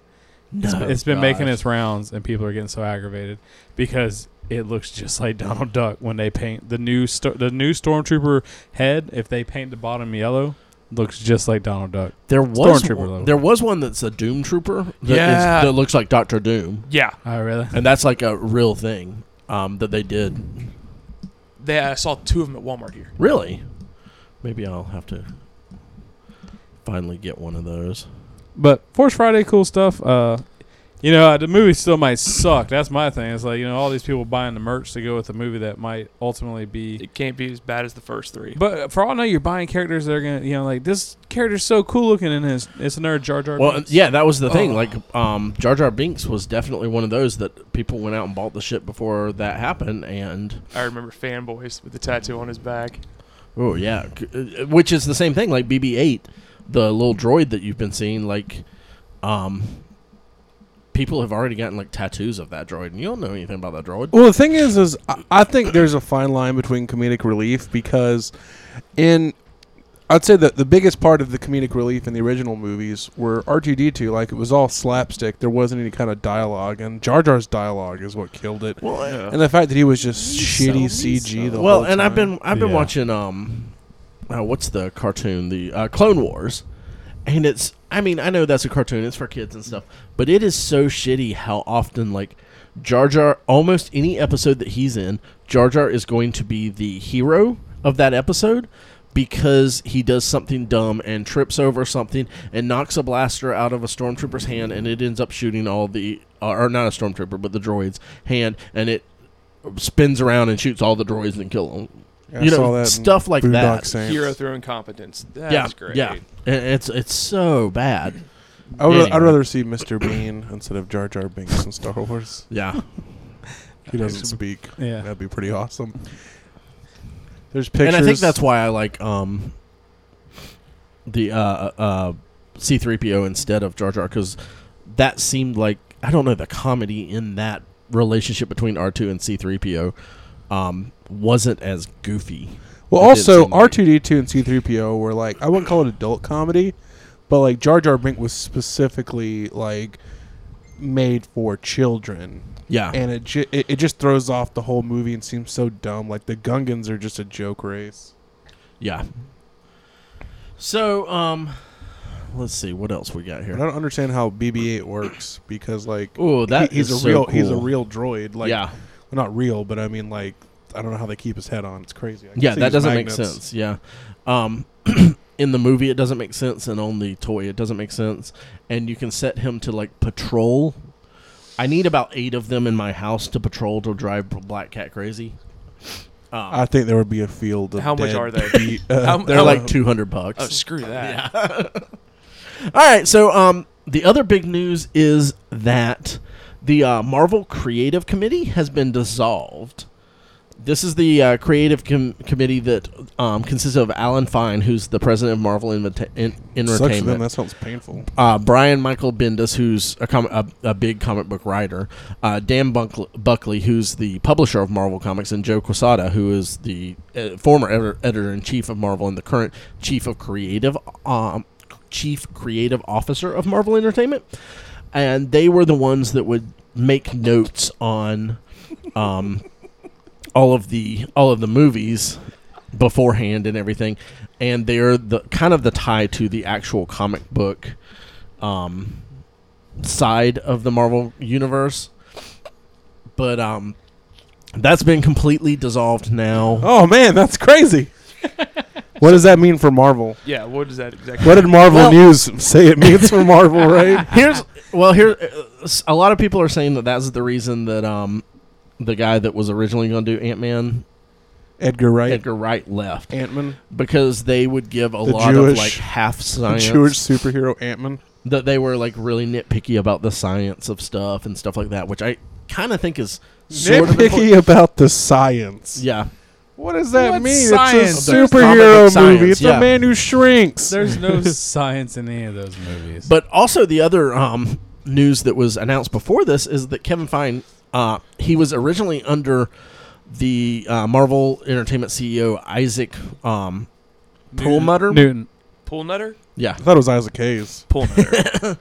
Speaker 1: It's been- it's
Speaker 2: Oh,
Speaker 1: been making its rounds, and people are getting so aggravated because it looks just like Donald Duck when they paint the new sto- the new stormtrooper head. If they paint the bottom yellow, looks just like Donald Duck.
Speaker 2: There was
Speaker 1: Stormtrooper
Speaker 2: one-
Speaker 1: level.
Speaker 2: there was one that's a Doom Trooper. That is-
Speaker 4: Yeah.
Speaker 2: that looks like Doctor Doom,
Speaker 4: Yeah,
Speaker 1: Oh, really?
Speaker 2: and that's like a real thing um, that they did.
Speaker 4: they, I saw two of them at Walmart here.
Speaker 2: Really? Maybe I'll have to finally get one of those.
Speaker 1: But Force Friday, cool stuff. Uh, you know, uh, the movie still might suck. That's my thing. It's like you know, all these people buying the merch to go with the movie that might ultimately be
Speaker 4: It can't be as bad as the first three.
Speaker 1: But for all I know, you're buying characters that are gonna, you know, like this character's so cool looking, and it's it's another Jar Jar.
Speaker 2: Well,
Speaker 1: Binks.
Speaker 2: yeah, that was the
Speaker 4: Oh.
Speaker 2: thing.
Speaker 1: Ugh.
Speaker 2: Like, um, Jar Jar Binks was definitely one of those that people went out and bought the shit before that happened, and
Speaker 4: I remember fanboys with the tattoo on his back.
Speaker 2: oh yeah, c- uh, which is the same thing. Like BB-8, the little droid that you've been seeing, like, um, people have already gotten like tattoos of that droid, and you don't know anything about that droid.
Speaker 3: Well, the thing is, is I- I think there's a fine line between comedic relief because, in, I'd say that the biggest part of the comedic relief in the original movies were R2D2. Like it was all slapstick. There wasn't any kind of dialogue, and Jar Jar's dialogue is what killed it.
Speaker 2: Well,
Speaker 3: And the fact that he was just shitty
Speaker 2: so-
Speaker 3: CG the
Speaker 2: well,
Speaker 3: whole
Speaker 2: and I've
Speaker 3: time.
Speaker 2: been I've been
Speaker 1: Yeah.
Speaker 2: watching um, uh, what's the cartoon? The uh, Clone Wars, and it's I mean I know that's a cartoon, it's for kids and stuff, but it is so shitty how often like Jar Jar almost any episode that he's in, Jar Jar is going to be the hero of that episode. Because he does something dumb and trips over something and knocks a blaster out of a stormtrooper's hand, and it ends up shooting all the, uh, or not a stormtrooper, but the droid's hand, and it spins around and shoots all the droids and kill them.
Speaker 3: Yeah, I
Speaker 2: you know,
Speaker 3: saw that in
Speaker 2: stuff like that.
Speaker 3: Boondock Saints.
Speaker 4: Hero through incompetence. That's
Speaker 2: yeah,
Speaker 4: great.
Speaker 2: yeah. And It's it's so bad.
Speaker 3: I would,
Speaker 2: Anyway.
Speaker 3: I'd rather see Mr. Bean instead of Jar Jar Binks in Star Wars.
Speaker 2: Yeah,
Speaker 3: He doesn't speak.
Speaker 1: Yeah.
Speaker 3: That'd be pretty awesome. There's
Speaker 2: and
Speaker 3: pictures.
Speaker 2: I think that's why I like um the uh uh C three PO instead of Jar Jar because that seemed like I don't know the comedy in that relationship between R two and C three PO um wasn't as goofy.
Speaker 3: Well,
Speaker 2: It did
Speaker 3: also
Speaker 2: seem like-
Speaker 3: R two D two and C three PO were like I wouldn't call it adult comedy, but like Jar Jar Bink was specifically like made for children,
Speaker 2: Yeah,
Speaker 3: and it, ju- it it just throws off the whole movie and seems so dumb. Like the Gungans are just a joke race.
Speaker 2: yeah. So um, let's see what else we got
Speaker 3: But
Speaker 2: here.
Speaker 3: I don't understand how BB eight works because like
Speaker 2: Oh, that
Speaker 3: he- he's
Speaker 2: is
Speaker 3: a
Speaker 2: so
Speaker 3: real he's a
Speaker 2: cool.
Speaker 3: real droid. Like
Speaker 2: yeah,
Speaker 3: well, not real, but I mean like I don't know how they keep his head on. It's crazy. I guess
Speaker 2: yeah,
Speaker 3: they
Speaker 2: that
Speaker 3: use
Speaker 2: doesn't make
Speaker 3: magnets.
Speaker 2: sense. Yeah, um, in the movie it doesn't make sense, and on the toy it doesn't make sense. And you can set him to like patrol. I need about eight of them in my house to patrol to drive Black Cat crazy. Um,
Speaker 3: I think there would be a field of
Speaker 4: How much
Speaker 3: dead
Speaker 4: are they?
Speaker 3: beat- uh,
Speaker 4: How-
Speaker 2: they're
Speaker 4: how-
Speaker 2: like two hundred bucks.
Speaker 4: Oh, screw that.
Speaker 2: Yeah. All right. So, um, the other big news is that the uh, Marvel Creative Committee has been dissolved. This is the uh, creative com- committee that um, consists of Alan Fine, who's the president of Marvel Inventa- en-
Speaker 3: Sucks for them.
Speaker 2: Entertainment,
Speaker 3: That sounds painful.
Speaker 2: uh, Brian Michael Bendis, who's a, com- a, a big comic book writer, uh, Dan Bunkle- Buckley, who's the publisher of Marvel Comics, and Joe Quesada, who is the uh, former editor- editor in chief of Marvel and the current chief of creative um, chief creative officer of Marvel Entertainment, and they were the ones that would make notes on um, all of the all of the movies beforehand and everything, and they're the kind of the tie to the actual comic book um, side of the Marvel universe. But um, that's been completely dissolved now.
Speaker 3: Oh man, that's crazy. what does that mean for Marvel?
Speaker 4: Yeah, what is that exactly?
Speaker 3: What did Marvel
Speaker 2: Well-
Speaker 3: News say it means for Marvel? Right?
Speaker 2: here's well here uh, s- a lot of people are saying that that's the reason that um the guy that was originally going to do ant-man
Speaker 3: Edgar Wright,
Speaker 2: edgar wright left
Speaker 3: Ant-Man,
Speaker 2: because they would give a
Speaker 3: The
Speaker 2: lot of
Speaker 3: Jewish-
Speaker 2: like half
Speaker 3: the
Speaker 2: science
Speaker 3: Jewish superhero Ant-Man.
Speaker 2: that they were like really nitpicky about the science of stuff and stuff like that which i kind of think is sort of important.
Speaker 3: Nitpicky about the science.
Speaker 2: yeah
Speaker 3: What does that
Speaker 1: What
Speaker 3: mean?
Speaker 1: science?
Speaker 3: It's a
Speaker 1: There's
Speaker 2: comic
Speaker 3: superhero
Speaker 2: book
Speaker 3: movie.
Speaker 2: science,
Speaker 3: It's
Speaker 2: yeah.
Speaker 3: a man who shrinks.
Speaker 1: There's no science in any of those movies.
Speaker 2: but also the other um news that was announced before this is that kevin fine uh he was originally under the uh, marvel entertainment ceo isaac um Perlmutter?
Speaker 1: Newton.
Speaker 4: Pull nutter?
Speaker 2: yeah
Speaker 3: I thought it was Isaac Hayes.
Speaker 4: Pull nutter.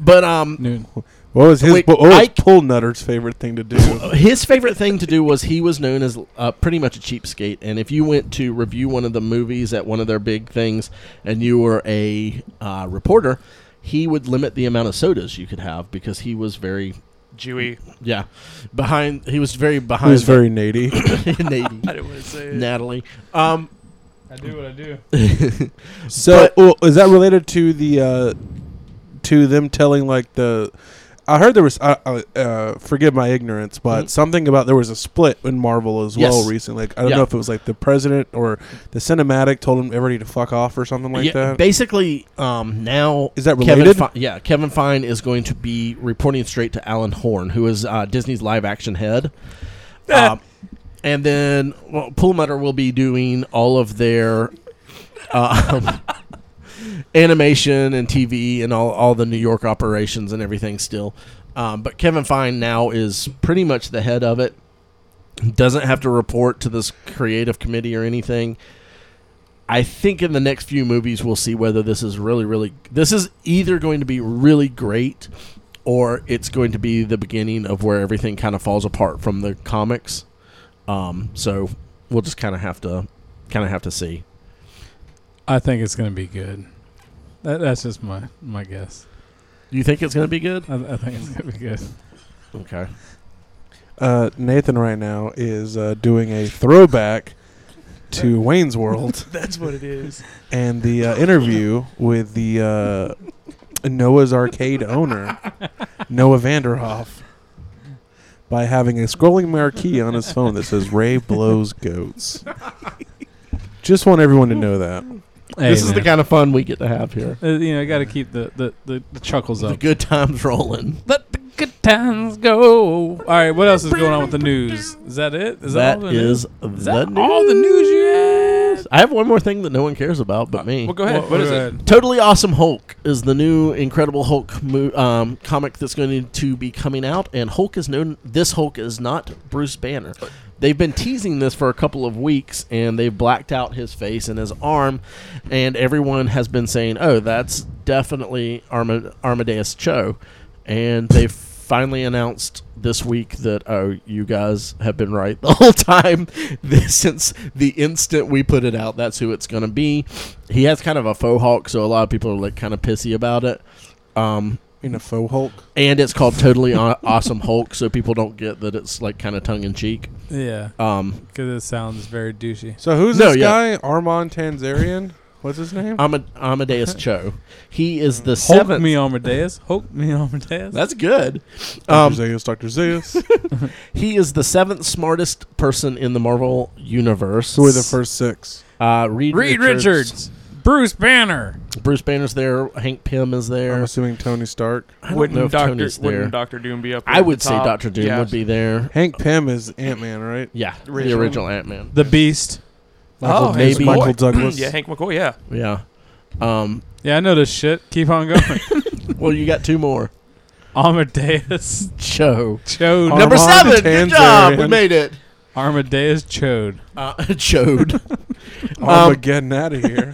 Speaker 2: But um,
Speaker 1: Newton.
Speaker 3: What was his?
Speaker 2: Wait,
Speaker 3: what was
Speaker 2: Ike-
Speaker 3: Pull Nutter's favorite thing to do?
Speaker 2: his favorite thing to do was he was known as uh, pretty much a cheapskate. And if you went to review one of the movies at one of their big things, and you were a uh, reporter, he would limit the amount of sodas you could have because he was very
Speaker 4: Jewy.
Speaker 2: yeah behind. He was very behind.
Speaker 3: he was very needy.
Speaker 2: the- Nady,
Speaker 4: I didn't want to say it.
Speaker 2: Natalie. Um,
Speaker 1: I do what I do.
Speaker 3: So well, is that related to the uh, to them telling like the? I heard there was. Uh, uh, uh, forgive my ignorance, but
Speaker 2: Mhm.
Speaker 3: something about there was a split in Marvel as well
Speaker 2: Yes.
Speaker 3: recently. Like I don't
Speaker 2: Yeah.
Speaker 3: know if it was like the president or the cinematic told him everybody to fuck off or something like
Speaker 2: yeah,
Speaker 3: that.
Speaker 2: Basically, um, now
Speaker 3: Is that
Speaker 2: Kevin
Speaker 3: related?
Speaker 2: Fi- yeah, Kevin Fine is going to be reporting straight to Alan Horn, who is uh, Disney's live action head. um, and then well, Pullmutter will be doing all of their um, animation and TV and all, all the New York operations and everything still. Um, but Kevin Fine now is pretty much the head of it. Doesn't have to report to this creative committee or anything. I think in the next few movies we'll see whether this is really, really. This is either going to be really great, or it's going to be the beginning of where everything kind of falls apart from the comics. Um, so we'll just kind of have to, kind of have to see.
Speaker 1: I think it's going to be good. That, that's just my, my guess.
Speaker 2: You think it's going to be good?
Speaker 1: I, I think it's going to be good.
Speaker 2: Okay.
Speaker 3: Uh, Nathan right now is uh, doing a throwback to Wayne's World.
Speaker 4: That's what it is.
Speaker 3: and the uh, interview with the uh, Noah's Arcade owner, Noah Vanderhoff, by having a scrolling marquee on his phone that says "Ray blows goats." Just want everyone to know that.
Speaker 2: this is the kind of fun we get to have here.
Speaker 1: Uh, you know, got to keep the, the, the, the chuckles
Speaker 2: The
Speaker 1: up.
Speaker 2: good times rolling.
Speaker 1: Let the good times go. All right, what else is going on with the news? Is that it? Is
Speaker 2: that
Speaker 1: all the
Speaker 2: is,
Speaker 1: news?
Speaker 2: the
Speaker 1: Is that
Speaker 2: news.
Speaker 1: all the news you had?
Speaker 2: I have one more thing that no one cares about but me.
Speaker 4: Well, go ahead.
Speaker 1: Wha-
Speaker 4: what is
Speaker 1: go
Speaker 4: it?
Speaker 1: ahead.
Speaker 2: Totally Awesome Hulk is the new Incredible Hulk mo- um, comic that's going to be coming out, and Hulk is known. This Hulk is not Bruce Banner. They've been teasing this for a couple of weeks, and they've blacked out his face and his arm, and everyone has been saying, "Oh, that's definitely Arma- Armadeus Cho," and they finally announced this week that oh you guys have been right the whole time this, since the instant we put it out that's who it's going to be he has kind of a faux hawk so a lot of people are like kind of pissy about it um
Speaker 3: In a faux Hulk,
Speaker 2: and it's called totally Aw- awesome hulk so people don't get that it's like kind of tongue-in-cheek
Speaker 1: Yeah,
Speaker 2: um
Speaker 1: because it sounds very douchey.
Speaker 3: so who's
Speaker 2: No,
Speaker 3: this
Speaker 2: yeah.
Speaker 3: guy? Armand Tanzarian. What's his name?
Speaker 2: Ama- amadeus cho he is the
Speaker 1: Hulk
Speaker 2: seventh
Speaker 1: me Amadeus. Hulk me Amadeus.
Speaker 2: that's good
Speaker 3: Doctor
Speaker 2: um
Speaker 3: Zeus. Doctor Zeus.
Speaker 2: he is the seventh smartest person in the marvel universe
Speaker 3: Who are the first six?
Speaker 2: uh reed,
Speaker 1: Reed
Speaker 2: richards.
Speaker 1: Richards. Bruce Banner.
Speaker 2: Bruce Banner's there. Hank Pym is
Speaker 3: I'm
Speaker 2: there.
Speaker 3: assuming Tony Stark.
Speaker 2: I don't know
Speaker 4: Wouldn't
Speaker 2: if
Speaker 4: Doctor
Speaker 2: Tony's there.
Speaker 4: Wouldn't Doctor Doom be up?
Speaker 2: I
Speaker 4: at
Speaker 2: would
Speaker 4: the
Speaker 2: say
Speaker 4: top?
Speaker 2: Doctor Doom
Speaker 4: Yeah.
Speaker 2: would be there.
Speaker 3: Hank Pym is Ant Man, right?
Speaker 2: Yeah, the
Speaker 4: Original.
Speaker 2: original Ant Man.
Speaker 1: The Beast.
Speaker 3: Michael,
Speaker 4: Oh,
Speaker 2: maybe.
Speaker 3: Michael Douglas.
Speaker 4: yeah, Hank McCoy. Yeah,
Speaker 2: Yeah. Um.
Speaker 1: Yeah, I know this shit. Keep on going.
Speaker 2: Well, you got two more.
Speaker 1: Amadeus
Speaker 2: Cho.
Speaker 1: Chode.
Speaker 3: Armand
Speaker 2: Number seven. Good job. We
Speaker 3: Tanzarian.
Speaker 2: made it.
Speaker 1: Armadeus Chode.
Speaker 2: Uh,
Speaker 4: Oh,
Speaker 2: Chode.
Speaker 3: Armageddon out of here.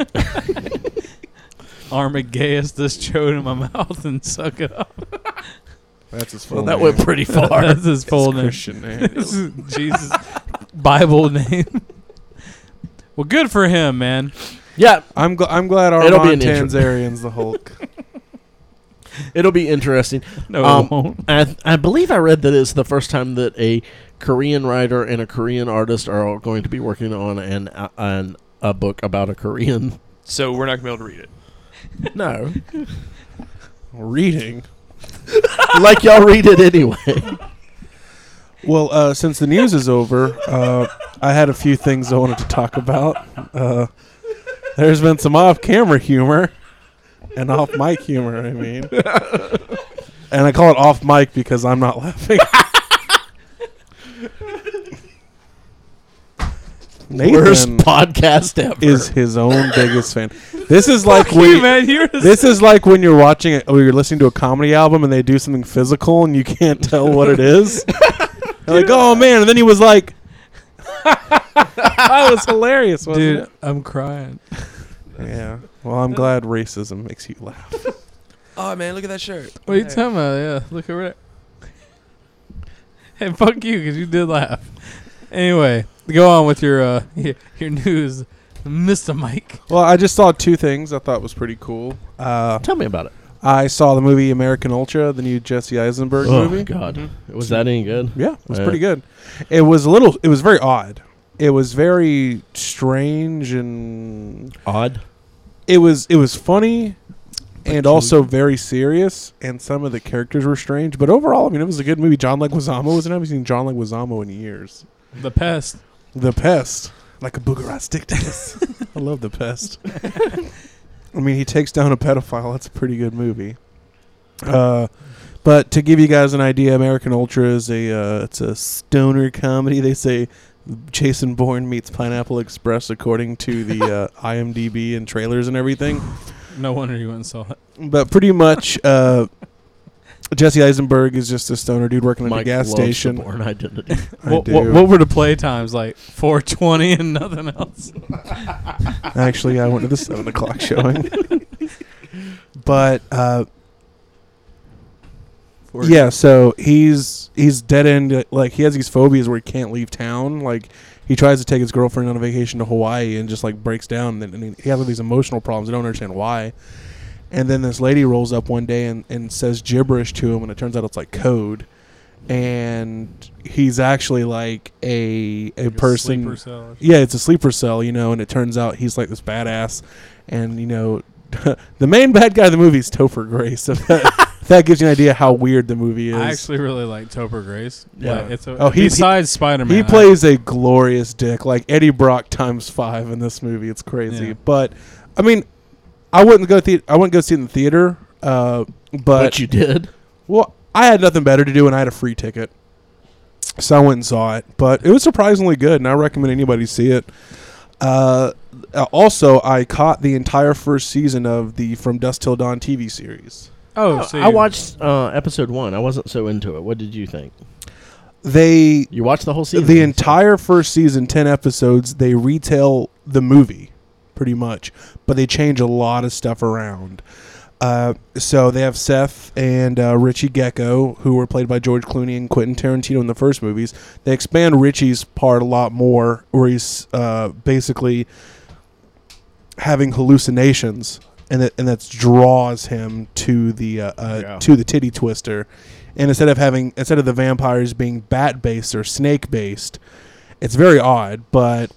Speaker 1: Armageus this Chode in my mouth and suck it up.
Speaker 3: That's his full
Speaker 2: well, that
Speaker 3: name.
Speaker 2: went pretty far.
Speaker 1: That's his full name.
Speaker 3: Christian name.
Speaker 1: This is Jesus Bible name. Well, good for him, man.
Speaker 2: Yeah,
Speaker 3: I'm gl- I'm glad our
Speaker 2: It'll be an
Speaker 3: Tanzarian's the Hulk.
Speaker 2: it'll be interesting.
Speaker 1: No,
Speaker 2: Um,
Speaker 1: it won't.
Speaker 2: I, I believe I read that it's the first time that a Korean writer and a Korean artist are all going to be working on an, uh, an a book about a Korean.
Speaker 4: So we're not gonna be able to read it.
Speaker 2: No,
Speaker 3: Reading.
Speaker 2: like y'all read it anyway.
Speaker 3: Well, uh, since the news is over, uh, I had a few things I wanted to talk about. Uh, there's been some off-camera humor and off-mic humor. I mean, and I call it off-mic because I'm not laughing.
Speaker 2: Worst
Speaker 3: Nathan
Speaker 2: podcast ever.
Speaker 3: is his own biggest fan. This is like
Speaker 1: Fuck you,
Speaker 3: when
Speaker 1: man. You're a
Speaker 3: this is like when you're watching it or you're listening to a comedy album and they do something physical and you can't tell what it is. You're like, oh man, and then he was like That was hilarious, wasn't
Speaker 1: dude. I'm crying.
Speaker 3: it? Yeah. Well, I'm glad racism makes you laugh.
Speaker 4: Oh man, look at that shirt.
Speaker 1: What are you talking about? Yeah, look over it. And fuck you, because you did laugh. Anyway, go on with your uh, y- your news, Mister Mike.
Speaker 3: Well, I just saw two things I thought was pretty cool. Uh,
Speaker 2: Tell me about it.
Speaker 3: I saw the movie American Ultra, the new Jesse Eisenberg
Speaker 2: Oh
Speaker 3: movie.
Speaker 2: God, was that any good?
Speaker 3: Yeah, it was
Speaker 2: Yeah.
Speaker 3: pretty good. It was a little. It was very odd. It was very strange and
Speaker 2: Odd.
Speaker 3: it was it was funny and also very serious and some of the characters were strange but overall i mean it was a good movie john leguizamo was in it. i haven't seen john leguizamo in years
Speaker 1: The pest.
Speaker 3: the pest like a booger I stick to this. i love the pest i mean he takes down a pedophile that's a pretty good movie uh but to give you guys an idea american ultra is a uh, it's a stoner comedy they say jason bourne meets pineapple express according to the uh, imdb and trailers and everything
Speaker 1: No wonder you went and saw it.
Speaker 3: but pretty much uh, Jesse Eisenberg is just a stoner dude working at a
Speaker 2: Mike
Speaker 3: gas
Speaker 2: loves the
Speaker 3: station.
Speaker 2: Bourne Identity.
Speaker 3: I
Speaker 1: What,
Speaker 3: do.
Speaker 1: what, what were the play times like? 4:20 and nothing else.
Speaker 3: Actually, I went to the seven o'clock showing. but uh, yeah, so he's he's dead end. Like he has these phobias where he can't leave town. Like he tries to take his girlfriend on a vacation to Hawaii and just like breaks down. And, and he has all these emotional problems. I don't understand why. And then this lady rolls up one day and, and says gibberish to him, and it turns out it's like code. And he's actually like a a person.
Speaker 1: Sleeper cell or
Speaker 3: yeah, it's a sleeper cell, you know, and it turns out he's like this badass, and you know, the main bad guy of the movie is Topher Grace. So that, that gives you an idea how weird the movie is.
Speaker 1: I actually really like Topher Grace.
Speaker 2: Yeah.
Speaker 1: Like, it's a,
Speaker 3: Oh, he-
Speaker 1: besides Spider Man.
Speaker 3: he plays a glorious dick, like Eddie Brock times five in this movie. It's crazy,
Speaker 1: Yeah.
Speaker 3: but I mean, I wouldn't go. The- I wouldn't go see it in the theater. Uh, but
Speaker 2: But you did.
Speaker 3: well, I had nothing better to do, and I had a free ticket, so I went and saw it. But it was surprisingly good, and I recommend anybody see it. Uh, uh, also, I caught the entire first season of the From Dust Till Dawn TV series.
Speaker 1: Oh, so
Speaker 2: I
Speaker 1: you-
Speaker 2: watched uh, episode one. I wasn't so into it. What did you think?
Speaker 3: They
Speaker 2: You watched the whole season.
Speaker 3: the entire first season, ten episodes. They retell the movie, pretty much, but they change a lot of stuff around. Uh, so they have Seth and uh, Richie Gecko, who were played by George Clooney and Quentin Tarantino in the first movies. They expand Richie's part a lot more, where he's uh, basically having hallucinations, and that and that draws him to the uh, uh,
Speaker 2: Yeah.
Speaker 3: to the titty twister. And instead of having instead of the vampires being bat based or snake based, it's very odd. But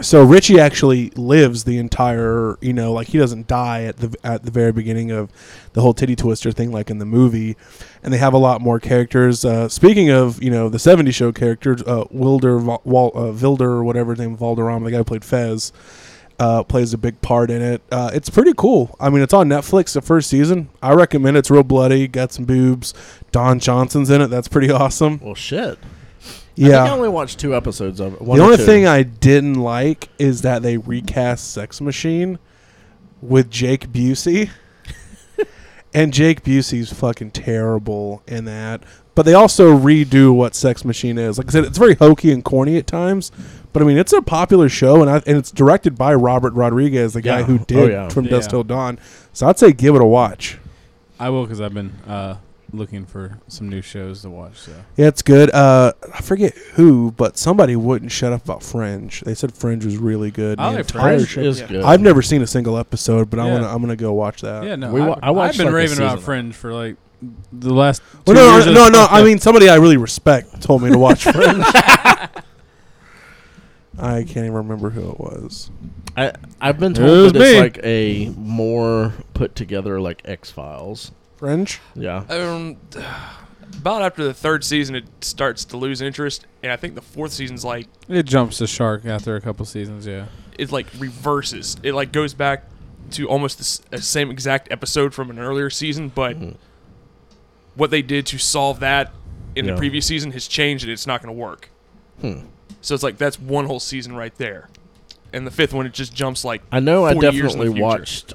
Speaker 3: so Richie actually lives the entire, you know, like he doesn't die at the at the very beginning of the whole titty twister thing, like in the movie. And they have a lot more characters. Uh, speaking of, you know, the '70s show characters, uh, Wilder, Val, Wal, uh, Vilder, or whatever his name, Valderrama, the guy who played Fez, uh, plays a big part in it. Uh, it's pretty cool. I mean, it's on Netflix. The first season, I recommend. it. It's real bloody, got some boobs. Don Johnson's in it. That's pretty awesome.
Speaker 2: Well, shit. I,
Speaker 3: Yeah.
Speaker 2: think I only watched two episodes of it. One
Speaker 3: the
Speaker 2: or
Speaker 3: only
Speaker 2: two.
Speaker 3: thing I didn't like is that they recast Sex Machine with Jake Busey. and Jake Busey's fucking terrible in that. But they also redo what Sex Machine is. Like I said, it's very hokey and corny at times. But I mean, it's a popular show, and I, and it's directed by Robert Rodriguez, the guy
Speaker 2: Yeah.
Speaker 3: who
Speaker 2: Oh,
Speaker 3: did
Speaker 2: yeah.
Speaker 3: From Dusk
Speaker 1: Yeah.
Speaker 3: Till Dawn. So I'd say give it a watch.
Speaker 1: I will because I've been uh, looking for some new shows to watch. So
Speaker 3: Yeah, it's good. Uh, I forget who, but somebody wouldn't shut up about Fringe. They said Fringe was really good.
Speaker 1: I like
Speaker 3: The entire
Speaker 1: Fringe.
Speaker 3: show-
Speaker 2: is
Speaker 4: Yeah.
Speaker 2: good.
Speaker 3: I've never seen a single episode, but I'm
Speaker 1: Yeah.
Speaker 3: gonna I'm gonna go watch that.
Speaker 1: yeah, no,
Speaker 2: We wa-
Speaker 1: I've,
Speaker 2: I watched,
Speaker 1: I've been
Speaker 2: like, a
Speaker 1: raving about
Speaker 2: season.
Speaker 1: Fringe for like the last. two
Speaker 3: Well, no,
Speaker 1: years
Speaker 3: no,
Speaker 1: of
Speaker 3: no,
Speaker 1: this
Speaker 3: no. I
Speaker 1: podcast.
Speaker 3: mean, somebody I really respect told me to watch Fringe. I can't even remember who it was.
Speaker 2: I I've been
Speaker 1: It
Speaker 2: told
Speaker 1: was
Speaker 2: that it's
Speaker 1: me.
Speaker 2: like a more put together like X Files.
Speaker 3: Fringe.
Speaker 2: Yeah.
Speaker 4: Um, about after the third season, it starts to lose interest, and I think the fourth season's like
Speaker 1: it jumps the shark after a couple seasons. Yeah,
Speaker 4: it like reverses. It like goes back to almost the s- uh, same exact episode from an earlier season, but
Speaker 2: Mhm.
Speaker 4: what they did to solve that in
Speaker 2: Yeah.
Speaker 4: the previous season has changed, and it's not going to work.
Speaker 2: Hmm.
Speaker 4: So it's like that's one whole season right there, and the fifth one it just jumps like
Speaker 2: I know I
Speaker 4: 40 years in the
Speaker 2: definitely
Speaker 4: future.
Speaker 2: watched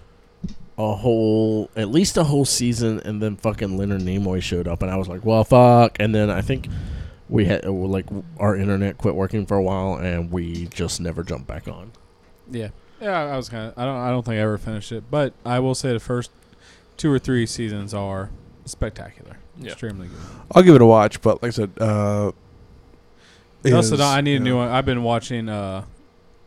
Speaker 2: a whole at least a whole season and then fucking Leonard Nimoy showed up and I was like, "Well, fuck." And then I think we had uh, like our internet quit working for a while and we just never jumped back on.
Speaker 1: yeah, yeah. I was kind of. I don't. I don't think I ever finished it, but I will say the first two or three seasons are spectacular.
Speaker 4: Yeah.
Speaker 1: Extremely good.
Speaker 3: I'll give it a watch, but like I said, uh,
Speaker 1: Also,
Speaker 3: is-
Speaker 1: no, I need
Speaker 3: yeah.
Speaker 1: a new one. I've been watching uh,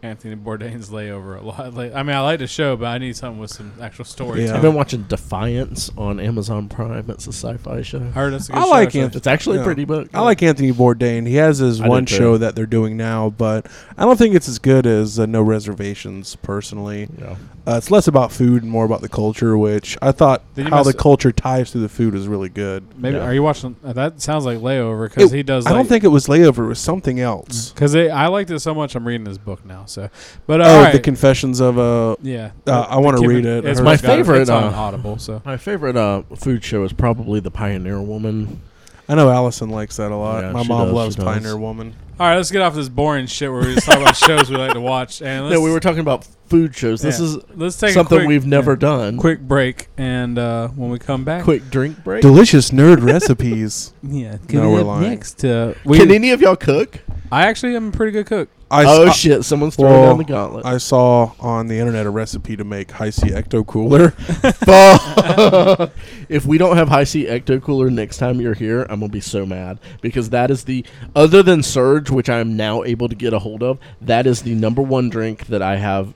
Speaker 1: Anthony Bourdain's Layover a lot. Like, I mean, I like the show, but I need something with some actual story.
Speaker 3: Yeah.
Speaker 1: to
Speaker 2: I've
Speaker 1: it.
Speaker 2: been watching Defiance on Amazon Prime. It's a sci-fi show.
Speaker 1: I heard that's a good
Speaker 3: I
Speaker 1: show,
Speaker 3: like
Speaker 1: actually.
Speaker 3: Anthony-
Speaker 2: It's actually
Speaker 3: Yeah.
Speaker 2: pretty book.
Speaker 3: I like Anthony Bourdain. He has his
Speaker 2: I do
Speaker 3: one
Speaker 2: too.
Speaker 3: show that they're doing now, but I don't think it's as good as uh, No Reservations. Personally,
Speaker 2: Yeah.
Speaker 3: uh, it's less about food and more about the culture, which I thought
Speaker 1: Did you
Speaker 3: how
Speaker 1: miss
Speaker 3: the
Speaker 1: it?
Speaker 3: culture ties to the food is really good.
Speaker 1: Maybe
Speaker 2: Yeah.
Speaker 1: are you watching? uh, That sounds like Layover because
Speaker 3: It-
Speaker 1: he does.
Speaker 3: I
Speaker 1: like,
Speaker 3: don't think it was layover; it was something else.
Speaker 1: because I liked it so much. I'm reading this book now. So, but uh,
Speaker 3: Oh,
Speaker 1: all
Speaker 3: the
Speaker 1: right.
Speaker 3: Confessions of a.
Speaker 1: yeah,
Speaker 3: Uh, I wanna
Speaker 1: The Cuban-
Speaker 3: read it. I
Speaker 1: It's
Speaker 3: heard
Speaker 1: my
Speaker 3: it's
Speaker 2: got-
Speaker 1: favorite. It's
Speaker 2: uh,
Speaker 1: on Audible. So
Speaker 2: My favorite uh, food show is probably The Pioneer Woman.
Speaker 3: I know Allison likes that a lot.
Speaker 2: Yeah,
Speaker 3: My
Speaker 2: she
Speaker 3: mom
Speaker 2: does, she
Speaker 3: loves
Speaker 2: does.
Speaker 3: Pioneer Woman.
Speaker 1: all right, let's get off this boring shit where we just talk about shows we like to watch. And let's,
Speaker 2: No, we were talking about food shows. This
Speaker 1: yeah.
Speaker 2: is
Speaker 1: let's take
Speaker 2: something
Speaker 1: a quick,
Speaker 2: we've never
Speaker 1: yeah,
Speaker 2: done.
Speaker 1: Quick break, and uh, when we come back,
Speaker 2: quick drink break.
Speaker 3: Delicious nerd recipes.
Speaker 1: yeah,
Speaker 3: No,
Speaker 1: coming
Speaker 3: we're
Speaker 1: up
Speaker 3: lying.
Speaker 1: next. Uh, we,
Speaker 2: Can any of y'all cook?
Speaker 1: I actually am a pretty good cook.
Speaker 3: I,
Speaker 2: oh
Speaker 3: s-
Speaker 2: shit! Someone's throwing
Speaker 3: Well,
Speaker 2: down the gauntlet.
Speaker 3: I saw on the internet a recipe to make high C ecto cooler.
Speaker 2: Fuck. if we don't have high C ecto cooler next time you're here, I'm gonna be so mad because that is the other than Surge, which I am now able to get a hold of. That is the number one drink that I have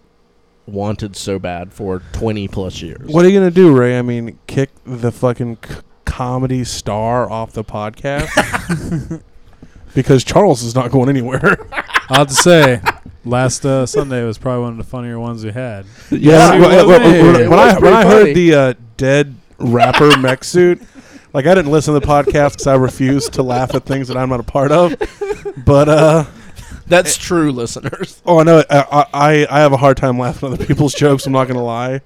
Speaker 2: wanted so bad for 20 plus years.
Speaker 3: What are you gonna do, Ray? I mean, kick the fucking c- comedy star off the podcast because Charles is not going anywhere.
Speaker 1: I'll have to say, last uh, Sunday was probably one of the funnier ones we had.
Speaker 3: Yeah,
Speaker 1: she
Speaker 3: when,
Speaker 1: was
Speaker 3: when-
Speaker 1: there.
Speaker 3: when-
Speaker 2: It
Speaker 3: when
Speaker 2: was
Speaker 3: I when
Speaker 2: pretty
Speaker 3: I
Speaker 2: funny.
Speaker 3: heard the uh, dead rapper mech suit, like I didn't listen to the podcast because I refused to laugh at things that I'm not a part of. But uh,
Speaker 2: That's true, listeners.
Speaker 3: oh, I know I, I I have a hard time laughing at other people's jokes. I'm not gonna lie,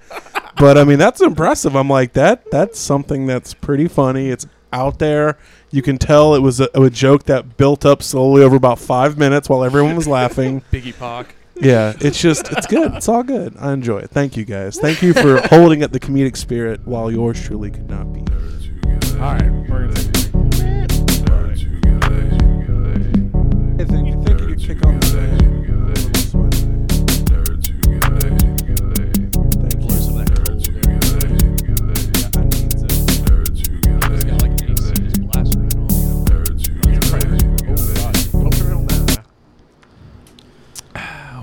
Speaker 3: but I mean that's impressive. I'm like that. That's something that's pretty funny. It's out there. You can tell it was a, a joke that built up slowly over about five minutes while everyone was laughing.
Speaker 4: Biggie Pac.
Speaker 3: Yeah, it's just it's good. It's all good. I enjoy it. Thank you guys. Thank you for holding up the comedic spirit while yours truly could not be.
Speaker 1: All right, we're gonna.
Speaker 3: I think, I think you could kick off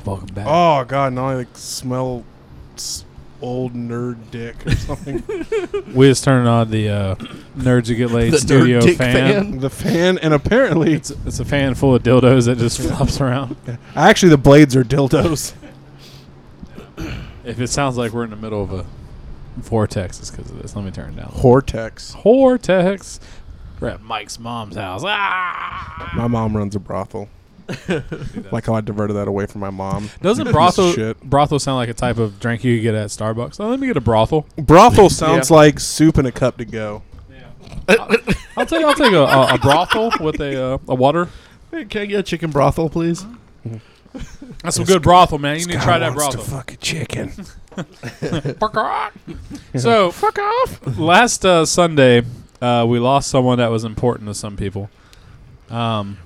Speaker 1: Welcome back.
Speaker 3: Oh god, now I like smell s- old nerd dick or something.
Speaker 1: We just turned on the uh, Nerds Who Get Laid
Speaker 2: The
Speaker 1: studio
Speaker 2: Nerd Dick
Speaker 1: fan.
Speaker 2: fan.
Speaker 3: the fan, and apparently,
Speaker 1: It's, it's a fan full of dildos that just flops around.
Speaker 3: actually, the blades are dildos.
Speaker 1: If it sounds like we're in the middle of a vortex, it's because of this. Let me turn it down.
Speaker 3: Hortex.
Speaker 1: Vortex. We're at Mike's mom's house. Ah!
Speaker 3: My mom runs a brothel. like how I diverted that away from my mom.
Speaker 1: Doesn't
Speaker 3: Piece
Speaker 1: brothel
Speaker 3: of shit.
Speaker 1: brothel sound like a type of drink you get at Starbucks? Oh, let me get a brothel.
Speaker 3: Brothel sounds like soup in a cup to go.
Speaker 1: I'll take I'll take a, a, a brothel with a uh, a water.
Speaker 2: Hey, Can I get a chicken brothel, please?
Speaker 1: That's some good brothel, man. You need to
Speaker 3: God
Speaker 1: try that
Speaker 3: wants
Speaker 1: brothel.
Speaker 3: To fuck a chicken.
Speaker 1: Fuck off. so fuck off. Last uh, Sunday, uh, we lost someone that was important to some people, um,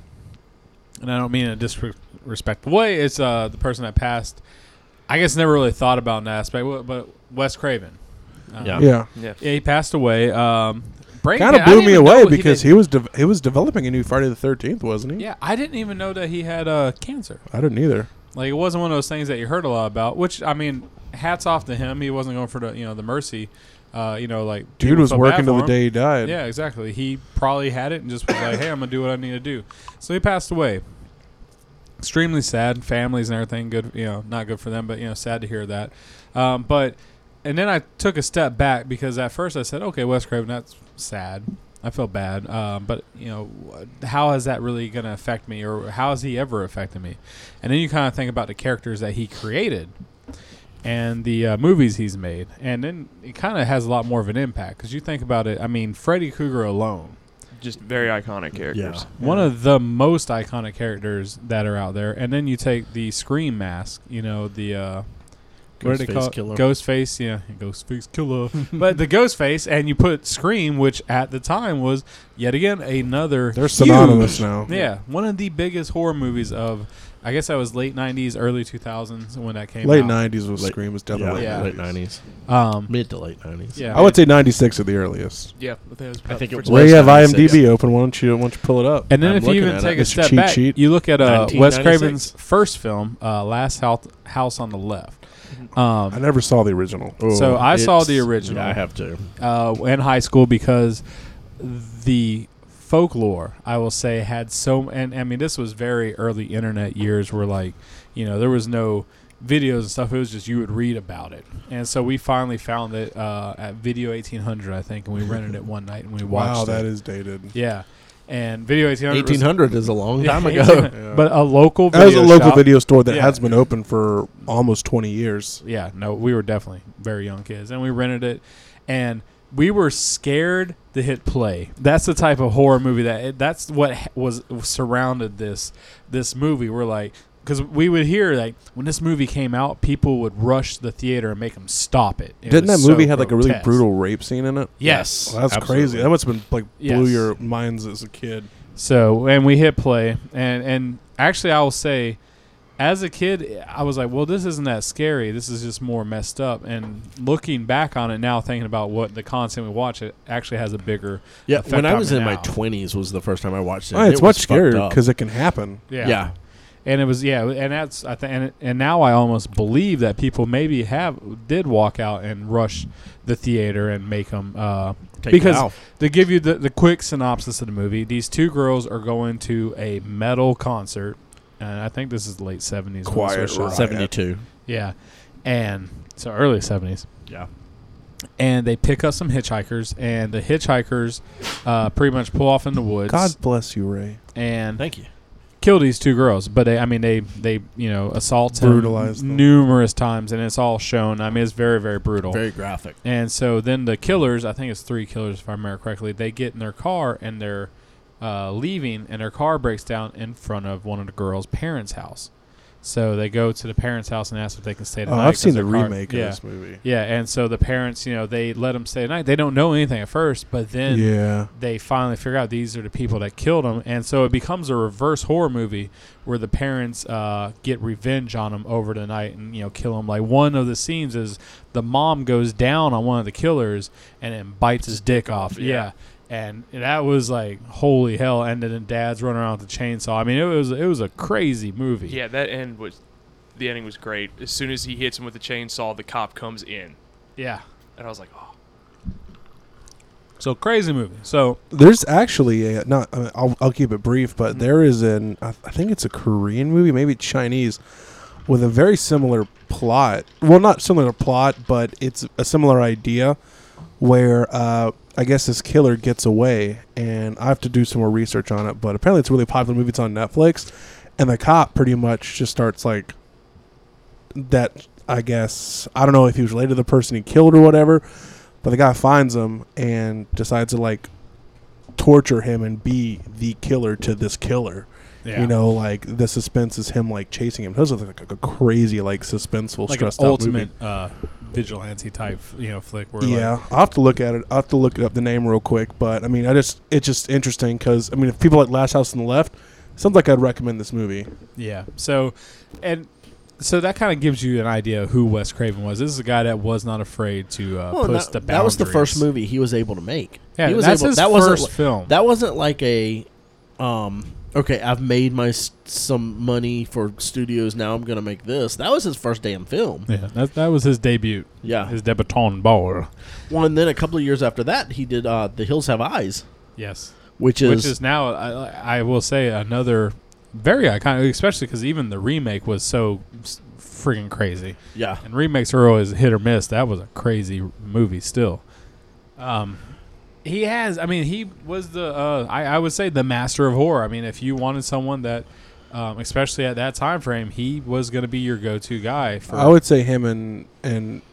Speaker 1: and I don't mean in a disrespectful way. It's uh, the person that passed. I guess never really thought about an aspect, but- but Wes Craven. Um,
Speaker 2: Yeah.
Speaker 3: yeah.
Speaker 4: Yeah.
Speaker 1: yeah, he passed away. Um, Brain
Speaker 3: Kind of
Speaker 1: dead. I
Speaker 3: blew
Speaker 1: didn't
Speaker 3: me
Speaker 1: even know
Speaker 3: away
Speaker 1: what he
Speaker 3: because
Speaker 1: did.
Speaker 3: he, was de- he was developing a new Friday the Thirteenth, wasn't he?
Speaker 1: Yeah, I didn't even know that he had uh, cancer.
Speaker 3: I didn't either.
Speaker 1: Like it wasn't one of those things that you heard a lot about. Which I mean, hats off to him. He wasn't going for the you know the mercy. Uh, you know, like
Speaker 3: Dude
Speaker 1: people
Speaker 3: was
Speaker 1: felt bad
Speaker 3: working
Speaker 1: for
Speaker 3: till the
Speaker 1: him.
Speaker 3: day he died.
Speaker 1: Yeah, exactly. He probably had it and just was like, "Hey, I'm gonna do what I need to do." So he passed away. Extremely sad. Families and everything. Good, you know, not good for them, but you know, sad to hear that. Um, but and then I took a step back because at first I said, "Okay, Wes Craven, that's sad. I feel bad." Um, but you know, wh- how is that really gonna affect me, or how has he ever affected me? And then you kind of think about the characters that he created and the uh, movies he's made, and then it kind of has a lot more of an impact because you think about it. I mean, Freddy Krueger alone,
Speaker 4: Just very iconic characters.
Speaker 1: one of the most iconic characters that are out there, and then you take the Scream mask. You know the uh, what do they
Speaker 2: Ghostface
Speaker 1: call
Speaker 2: Killer.
Speaker 1: it? Ghostface, yeah, Ghostface Killer. but the Ghostface, and you put Scream, which at the time was yet again another
Speaker 3: They're synonymous now.
Speaker 1: yeah, one of the biggest horror movies of, I guess that was late '90s, early 2000s when that came
Speaker 3: Late
Speaker 1: out.
Speaker 3: nineties was
Speaker 2: Late-
Speaker 3: Scream was
Speaker 2: Yeah,
Speaker 3: definitely.
Speaker 1: Yeah.
Speaker 2: late nineties,
Speaker 1: Um,
Speaker 2: mid to late nineties.
Speaker 1: yeah,
Speaker 3: I would say ninety six at the earliest.
Speaker 4: Yeah, I think it was.
Speaker 2: I think it was-
Speaker 3: Well, you have
Speaker 2: 96.
Speaker 3: IMDb open. Why don't you why don't you pull it up?
Speaker 1: And then
Speaker 2: I'm
Speaker 1: if you
Speaker 2: looking
Speaker 1: even
Speaker 2: at
Speaker 1: take
Speaker 2: it.
Speaker 1: a
Speaker 3: It's a
Speaker 1: step
Speaker 3: cheat
Speaker 1: back,
Speaker 3: sheet.
Speaker 1: you look at uh, Wes
Speaker 2: 1996.
Speaker 1: Craven's first film, uh, Last House, House on the Left.
Speaker 3: I
Speaker 1: Um,
Speaker 3: never saw the original.
Speaker 1: So I saw
Speaker 2: it's-
Speaker 1: the original.
Speaker 2: Yeah, I have to.
Speaker 1: uh, in high school because the folklore, I will say, had so. And I mean, this was very early internet years where, like, you know, there was no videos and stuff. It was just you would read about it. And so we finally found it uh, at Video 1800, I think, and we rented it one night and we watched
Speaker 3: wow,
Speaker 1: it.
Speaker 3: that is dated.
Speaker 1: yeah. And Video 1800. was-
Speaker 2: Eighteen hundred is a long time
Speaker 1: Yeah,
Speaker 2: ago.
Speaker 3: Yeah.
Speaker 1: But a local
Speaker 3: That
Speaker 1: video
Speaker 3: was a local
Speaker 1: shop-
Speaker 3: video store that
Speaker 1: Yeah.
Speaker 3: has been open for almost twenty years.
Speaker 1: Yeah, no, we were definitely very young kids, and we rented it, and we were scared to hit play. That's the type of horror movie that it, that's what ha- was surrounded this this movie. We're like. Because we would hear like when this movie came out, people would rush the theater and make them stop it. It
Speaker 3: Didn't that
Speaker 1: was
Speaker 3: movie
Speaker 1: so
Speaker 3: have like a really
Speaker 1: grotesque.
Speaker 3: brutal rape scene in it?
Speaker 1: Yes,
Speaker 3: Well, that's crazy. That must have been like blew
Speaker 1: Yes.
Speaker 3: your minds as a kid.
Speaker 1: So and we hit play and and actually I will say as a kid I was like, well this isn't that scary. This is just more messed up and looking back on it now thinking about what the content we watch it actually has a bigger
Speaker 2: Yeah,
Speaker 1: effect
Speaker 2: when I
Speaker 1: on
Speaker 2: was
Speaker 1: me
Speaker 2: in my
Speaker 1: now.
Speaker 2: twenties was the first time I watched it.
Speaker 3: Oh,
Speaker 2: and
Speaker 3: it's
Speaker 2: it was
Speaker 3: much
Speaker 2: fucked
Speaker 3: scarier
Speaker 2: up.
Speaker 3: because it can happen.
Speaker 1: yeah.
Speaker 2: yeah,
Speaker 1: And it was yeah, and that's I think and, it- and now I almost believe that people maybe have did walk out and rush the theater and make them uh,
Speaker 2: Take it
Speaker 1: because
Speaker 2: out.
Speaker 1: to give you the, the quick synopsis of the movie, these two girls are going to a metal concert, and I think this is late seventies.
Speaker 3: Quiet Riot.
Speaker 2: seventy-two.
Speaker 1: Yeah, and so early seventies
Speaker 2: Yeah,
Speaker 1: and they pick up some hitchhikers, and the hitchhikers uh, pretty much pull off in the woods
Speaker 3: God bless you, Ray.
Speaker 1: and
Speaker 2: thank you.
Speaker 1: kill these two girls. But they, I mean, they they you know assault him
Speaker 3: Brutalize them.
Speaker 1: numerous times, and it's all shown. I mean, it's very very brutal.
Speaker 2: Very graphic.
Speaker 1: And so then the killers, I think it's three killers if I remember correctly, they get in their car and they're uh, leaving, and their car breaks down in front of one of the girls' parents' house. So they go to the parents' house and ask if they can stay the
Speaker 3: Oh,
Speaker 1: night.
Speaker 3: I've
Speaker 1: 'cause
Speaker 3: seen the
Speaker 1: their car-
Speaker 3: remake
Speaker 1: yeah.
Speaker 3: of this movie.
Speaker 1: Yeah, and so the parents, you know, they let them stay the night. They don't know anything at first, but then
Speaker 3: Yeah.
Speaker 1: they finally figure out these are the people that killed them, and so it becomes a reverse horror movie where the parents uh, get revenge on them over the night and you know kill them. Like one of the scenes is the mom goes down on one of the killers and then bites his dick off. Yeah. And that was like holy hell! And then the dad's running around with a chainsaw. I mean, it was it was a crazy movie.
Speaker 4: Yeah, that end was. The ending was great. As soon as he hits him with the chainsaw, the cop comes in,
Speaker 1: yeah.
Speaker 4: and I was like, "Oh,
Speaker 1: So crazy movie. So
Speaker 3: There's actually a not. I mean, I'll, I'll keep it brief, but there is an. I I think it's a Korean movie, maybe Chinese, with a very similar plot. Well, not similar plot, but it's a similar idea, where uh, I guess this killer gets away, and I have to do some more research on it. But apparently, it's a really popular movie. It's on Netflix, and the cop pretty much just starts like that. I guess I don't know if he was related to the person he killed or whatever, but the guy finds him and decides to like torture him and be the killer to this killer.
Speaker 1: yeah.
Speaker 3: You know, like the suspense is him like chasing him. Those are like a crazy, like suspenseful,
Speaker 1: like an
Speaker 3: stressed out movie.
Speaker 1: ultimate uh, vigilante type, you know, flick where like,
Speaker 3: Yeah, I'll have to look at it. I'll have to look up the name real quick. But I mean, I just it's just interesting because I mean, if people like Last House on the Left, sounds like I'd recommend this movie.
Speaker 1: Yeah. So, and so that kind of gives you an idea of who Wes Craven was. This is a guy that was not afraid to uh,
Speaker 2: Well,
Speaker 1: push
Speaker 2: that,
Speaker 1: the boundaries.
Speaker 2: that was the first movie he was able to make.
Speaker 1: Yeah,
Speaker 2: he was
Speaker 1: that's
Speaker 2: able,
Speaker 1: his
Speaker 2: that wasn't
Speaker 1: first
Speaker 2: li-
Speaker 1: film.
Speaker 2: That wasn't like a, um, okay, I've made my s- some money for studios. Now I'm gonna make this. That was his first damn film.
Speaker 1: Yeah, that, that was his debut.
Speaker 2: Yeah.
Speaker 1: his debutant ball.
Speaker 2: Well, and then a couple of years after that, he did uh, The Hills Have Eyes,
Speaker 1: Yes,
Speaker 2: which is,
Speaker 1: which is now I, I will say another very iconic, especially because even the remake was so s- freaking crazy.
Speaker 2: yeah,
Speaker 1: And remakes are always hit or miss. That was a crazy r- movie still. Um, he has. I mean, he was the. Uh, I, I would say the master of horror. I mean, if you wanted someone that, um, especially at that time frame, he was going to be your go-to guy for.
Speaker 3: I would say him and and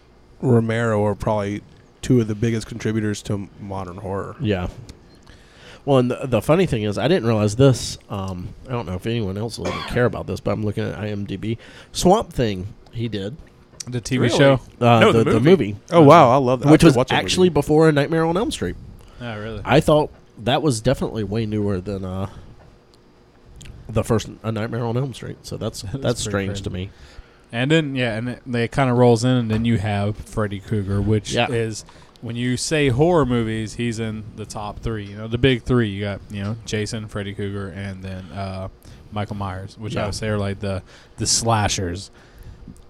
Speaker 3: Romero are probably two of the biggest contributors to modern horror.
Speaker 2: yeah. Well, and the, the funny thing is, I didn't realize this. Um, I don't know if anyone else will even care about this, but I'm looking at IMDb. Swamp Thing, he did
Speaker 1: the TV
Speaker 4: Really?
Speaker 1: show.
Speaker 2: uh,
Speaker 4: No,
Speaker 2: the,
Speaker 4: the
Speaker 2: the
Speaker 4: movie.
Speaker 2: movie,
Speaker 3: Oh wow, I love that.
Speaker 2: which
Speaker 3: I could
Speaker 2: was
Speaker 3: watch that movie.
Speaker 2: actually before A Nightmare on Elm Street.
Speaker 1: Oh, really?
Speaker 2: I thought that was definitely way newer than uh, the first A Nightmare on Elm Street. So that's that's,
Speaker 1: That's pretty
Speaker 2: strange
Speaker 1: crazy.
Speaker 2: to me.
Speaker 1: And then yeah, and it, they kind of rolls in, and then you have Freddy Krueger, which
Speaker 2: Yeah.
Speaker 1: is when you say horror movies, he's in the top three. You know, the big three. You got you know Jason, Freddy Krueger, and then uh, Michael Myers, which I
Speaker 2: Yeah.
Speaker 1: would say are like the the slashers.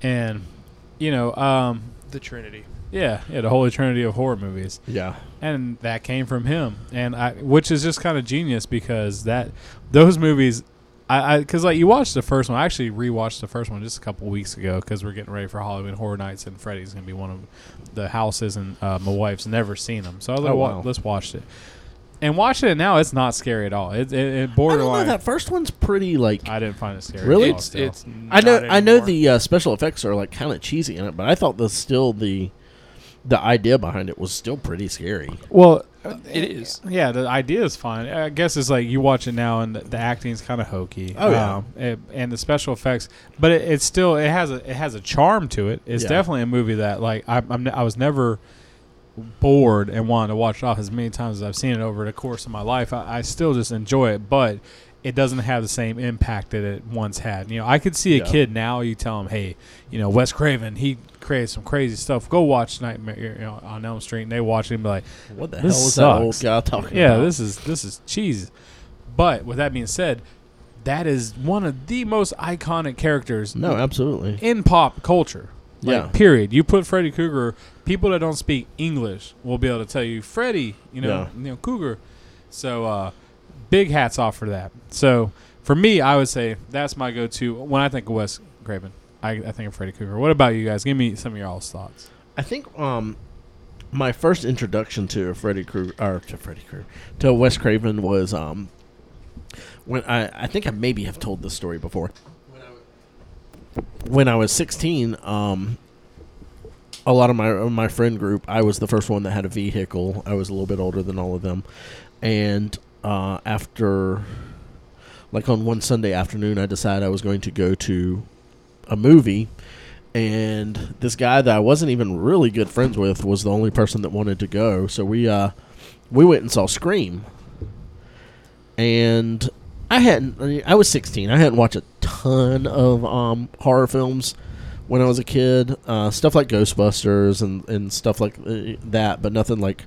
Speaker 1: And you know, um,
Speaker 4: The Trinity.
Speaker 1: yeah, yeah, the holy trinity of horror movies
Speaker 2: Yeah,
Speaker 1: and that came from him and i which is just kind of genius because that those movies i because like you watched the first one i actually rewatched the first one just a couple weeks ago because we're getting ready for halloween horror nights and freddy's gonna be one of the houses and uh, my wife's never seen them so i was like
Speaker 2: Oh,
Speaker 1: "Wa-
Speaker 2: wow.
Speaker 1: let's watch it and watching it now it's not scary at all it, it, it
Speaker 2: I don't know.
Speaker 1: borderline I,
Speaker 2: That first one's pretty like. I
Speaker 1: didn't find it scary
Speaker 2: Really?
Speaker 1: at all
Speaker 4: It's
Speaker 1: still.
Speaker 4: it's.
Speaker 2: know,
Speaker 4: not
Speaker 2: I know
Speaker 4: anymore.
Speaker 2: the uh, special effects are like kind of cheesy in it, but I thought the still the the idea behind it was still pretty scary.
Speaker 1: well
Speaker 2: Uh,
Speaker 4: It is.
Speaker 1: Yeah, the idea is fine. I guess it's like you watch it now, and the, the acting is kind of hokey.
Speaker 2: Oh, yeah.
Speaker 1: Um, it- and the special effects, but it, it's still it has a it has a charm to it. It's
Speaker 2: Yeah.
Speaker 1: definitely a movie that like I, I'm I was never bored and wanted to watch it off as many times as I've seen it over the course of my life. I, I still just enjoy it, but it doesn't have the same impact that it once had. You know, I could see a
Speaker 2: Yeah.
Speaker 1: kid now. You tell him, hey, you know, Wes Craven, he created some crazy stuff. Go watch Nightmare you know, on Elm Street, and they watch it and be like.
Speaker 2: What the
Speaker 1: This
Speaker 2: hell is that old
Speaker 1: sucks.
Speaker 2: guy talking?
Speaker 1: Yeah,
Speaker 2: about?
Speaker 1: this is this is cheese. But with that being said, that is one of the most iconic characters
Speaker 2: no, absolutely.
Speaker 1: in pop culture. Like,
Speaker 2: Yeah.
Speaker 1: Period. You put Freddy Krueger. People that don't speak English will be able to tell you Freddy. You know,
Speaker 2: Yeah.
Speaker 1: you know Cougar. So, uh, big hats off for that. So, for me, I would say that's my go-to when I think of Wes Craven. I, I think of Freddy Krueger. What about you guys? Give me some of your all's thoughts.
Speaker 2: I think um, my first introduction to Freddy Krueger or to Freddy Krueger to Wes Craven was um, when I I think I maybe have told this story before. When I was 16, um, a lot of my my friend group, I was the first one that had a vehicle. I was a little bit older than all of them, and uh, after like on one Sunday afternoon, I decided I was going to go to a movie and this guy that I wasn't even really good friends with was the only person that wanted to go. So we uh, we went and saw Scream, and I hadn't. I, mean, I was 16. I hadn't watched a ton of um, horror films when I was a kid. Uh, stuff like Ghostbusters and and stuff like uh, that, but nothing like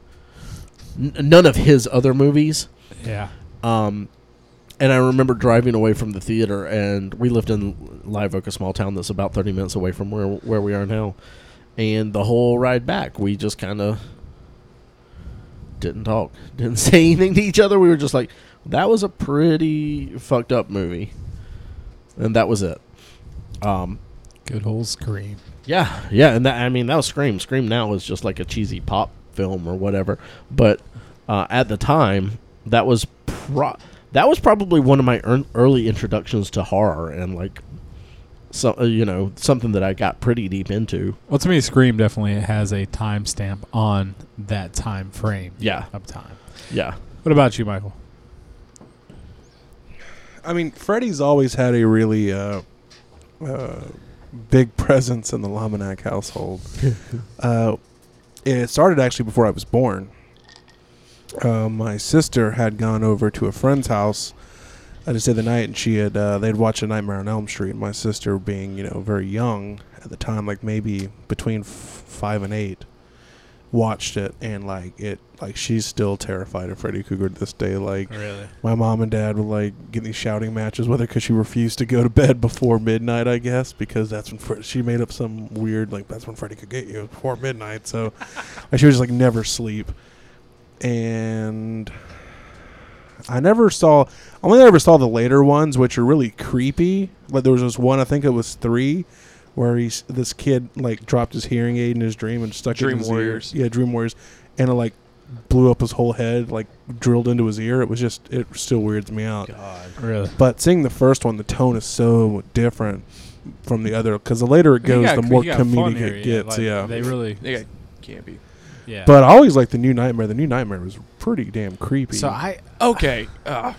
Speaker 2: n- none of his other movies.
Speaker 1: Yeah.
Speaker 2: Um, and I remember driving away from the theater, and we lived in Live Oak, a small town that's about 30 minutes away from where where we are now. And the whole ride back, we just kind of didn't talk, didn't say anything to each other. We were just like, "That was a pretty fucked up movie," and that was it. Um,
Speaker 1: Good old scream.
Speaker 2: yeah, yeah, and that I mean that was Scream. Scream now is just like a cheesy pop film or whatever, but uh, at the time that was pro- that was probably one of my ear- early introductions to horror and like so uh, you know something that I got pretty deep into.
Speaker 1: Well, to me, Scream definitely has a timestamp on that time frame.
Speaker 2: Yeah.
Speaker 1: of time.
Speaker 2: Yeah,
Speaker 1: What about you, Michael?
Speaker 3: I mean, Freddy's always had a really uh, uh, big presence in the Lamanak household. uh, it started actually before I was born. Uh, my sister had gone over to a friend's house I just did the night, and she had uh, they'd watched a Nightmare on Elm Street. My sister, being you know very young at the time, like maybe between f- five and eight, watched it, and like it, like she's still terrified of Freddy Krueger to this day. Like
Speaker 1: Really?
Speaker 3: my mom and dad would like get these shouting matches with her because she refused to go to bed before midnight, I guess, because that's when Fre- she made up some weird like that's when Freddy could get you before midnight. So like, she was just like never sleep, and I never saw only I ever saw the later ones, which are really creepy. Like there was this one, I think it was three. Where he's this kid like dropped his hearing aid in his dream and stuck it in
Speaker 4: Dream
Speaker 3: his
Speaker 4: Warriors.
Speaker 3: Ear. Yeah, Dream Warriors, and it like blew up his whole head, like drilled into his ear. It was just, it still weirds me out.
Speaker 2: God.
Speaker 1: Really?
Speaker 3: But seeing the first one, the tone is so different from the other because the later it
Speaker 1: He
Speaker 3: goes,
Speaker 1: got-
Speaker 3: the
Speaker 1: he
Speaker 3: more
Speaker 1: got fun
Speaker 3: comedic
Speaker 1: here,
Speaker 3: it gets.
Speaker 1: like,
Speaker 3: Yeah,
Speaker 1: They really.
Speaker 4: They can't be.
Speaker 1: Yeah.
Speaker 3: but I always like the new Nightmare. The new Nightmare was pretty damn creepy.
Speaker 1: so I.
Speaker 4: Okay. Uh,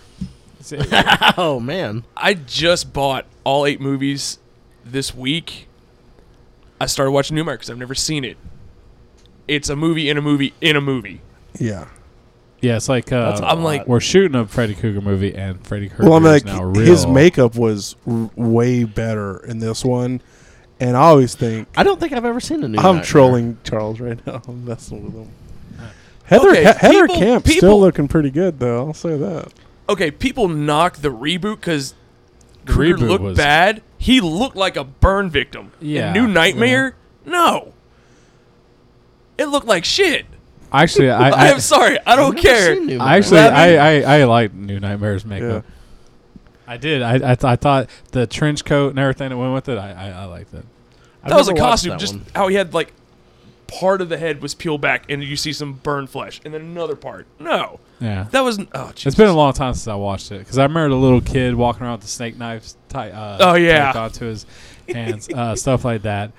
Speaker 2: Oh man.
Speaker 4: I just bought all eight movies this week. I started watching Newmark because I've never seen it. It's a movie in a movie in a movie.
Speaker 3: yeah.
Speaker 1: Yeah, it's like uh,
Speaker 2: That's a
Speaker 4: I'm like-
Speaker 2: lot.
Speaker 1: we're shooting a Freddy Krueger movie, and Freddy Krueger
Speaker 3: well, I'm
Speaker 1: is
Speaker 3: like
Speaker 1: now real.
Speaker 3: his makeup was r- way better in this one, and I always think
Speaker 2: I don't think I've ever seen a new.
Speaker 3: I'm
Speaker 2: Nightmare.
Speaker 3: trolling Charles right now. I'm messing with him. Heather
Speaker 4: Okay,
Speaker 3: He- Heather
Speaker 4: people-
Speaker 3: Camp's still
Speaker 4: people-
Speaker 3: looking pretty good though. I'll say that.
Speaker 4: Okay, people knock the reboot because
Speaker 1: The
Speaker 4: Krueger
Speaker 1: reboot
Speaker 4: looked
Speaker 1: was
Speaker 4: bad. He looked like a burn victim. In
Speaker 1: Yeah.
Speaker 4: New Nightmare? No. It looked like shit.
Speaker 1: actually. I
Speaker 4: I,
Speaker 1: I,
Speaker 4: am sorry. I
Speaker 2: I've
Speaker 4: don't
Speaker 2: never
Speaker 4: care.
Speaker 2: seen New
Speaker 1: I
Speaker 2: Nightmare.
Speaker 1: actually
Speaker 4: Well, I mean-
Speaker 1: I, I I liked New Nightmare's makeup. I did. I I, th- I thought the trench coat and everything that went with it. I I, I liked it.
Speaker 2: I've
Speaker 4: that was a
Speaker 2: never watched
Speaker 4: costume.
Speaker 2: that
Speaker 4: just
Speaker 2: one.
Speaker 4: how he had like part of the head was peeled back, and you see some burn flesh, and then another part. No,
Speaker 1: Yeah.
Speaker 4: that was oh. Jesus.
Speaker 1: It's been a long time since I watched it because I remember the little kid walking around with the snake knives tight. Uh,
Speaker 4: Oh, yeah.
Speaker 1: taped onto his hands, uh, stuff like that.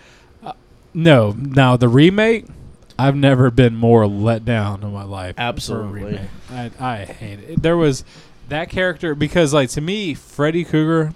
Speaker 1: Uh, no, now the remake, I've never been more let down in my life. for a
Speaker 2: Absolutely.
Speaker 1: remake. I, I hate it. There was that character because, like, to me, Freddy Krueger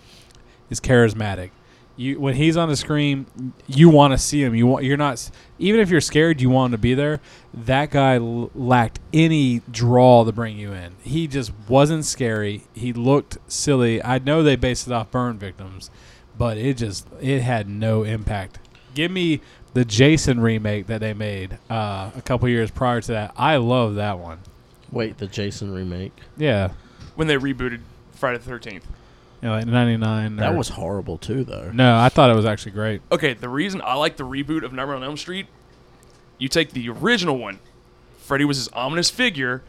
Speaker 1: is charismatic. You when he's on the screen, you want to see him. You want you're not s- even if you're scared, you want him to be there. That guy l- lacked any draw to bring you in. He just wasn't scary. He looked silly. I know they based it off burn victims, but it just it had no impact. Give me the Jason remake that they made uh, a couple years prior to that. I love that one.
Speaker 2: Wait, the Jason remake.
Speaker 1: Yeah,
Speaker 4: when they rebooted Friday the Thirteenth.
Speaker 1: yeah like '99.
Speaker 2: That was horrible too, though.
Speaker 1: no. I thought it was actually great.
Speaker 4: Okay, the reason I like the reboot of Nightmare on Elm Street, you take the original one. Freddy was this ominous figure.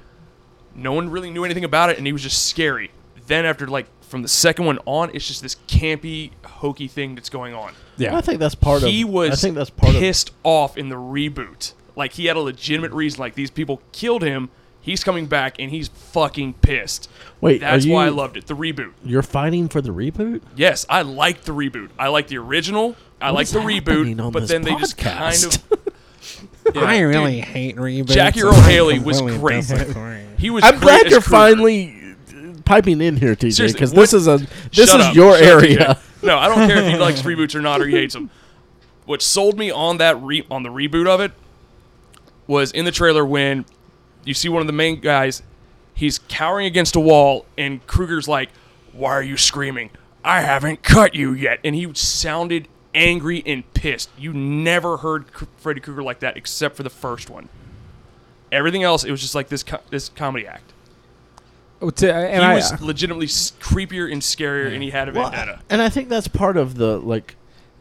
Speaker 4: No one really knew anything about it, and he was just scary. Then after like from the second one on, it's just this campy, hokey thing that's going on.
Speaker 1: Yeah,
Speaker 2: I think that's part of.
Speaker 4: he was
Speaker 2: I think that's part
Speaker 4: pissed off in the reboot. Like he had a legitimate reason. Like these people killed him. He's coming back and he's fucking pissed.
Speaker 2: of. Wait, are
Speaker 4: That's why I
Speaker 2: you-
Speaker 4: loved it. The reboot.
Speaker 2: You're fighting for the reboot.
Speaker 4: Yes, I like the reboot. I like the original. I
Speaker 2: What
Speaker 4: like
Speaker 2: is
Speaker 4: the
Speaker 2: happening
Speaker 4: reboot.
Speaker 2: on
Speaker 4: But
Speaker 2: this
Speaker 4: then they just kind
Speaker 2: podcast?
Speaker 4: of. Yeah, dude,
Speaker 3: hate reboots.
Speaker 4: Jackie Earl Haley was great. He was.
Speaker 2: I'm
Speaker 4: great
Speaker 2: glad
Speaker 4: as
Speaker 2: you're
Speaker 4: Krueger.
Speaker 2: finally uh, piping in here, TJ,
Speaker 4: Seriously,
Speaker 2: because
Speaker 4: what-
Speaker 2: this is a this
Speaker 4: Shut
Speaker 2: is
Speaker 4: up.
Speaker 2: your
Speaker 4: Shut up,
Speaker 2: area.
Speaker 4: TJ. No, I don't care if he likes reboots or not or he hates them. What sold me on that re- on the reboot of it was in the trailer when you see one of the main guys, he's cowering against a wall, and Kruger's like, "Why are you screaming? I haven't cut you yet," and he sounded angry and pissed. You never heard Kr- Freddy Krueger like that except for the first one. Everything else, it was just like this co- this comedy act.
Speaker 1: Oh, t- and
Speaker 4: he
Speaker 1: I,
Speaker 4: was legitimately s- creepier and scarier, and he had a
Speaker 2: Well,
Speaker 4: vendetta
Speaker 2: and I think that's part of the like.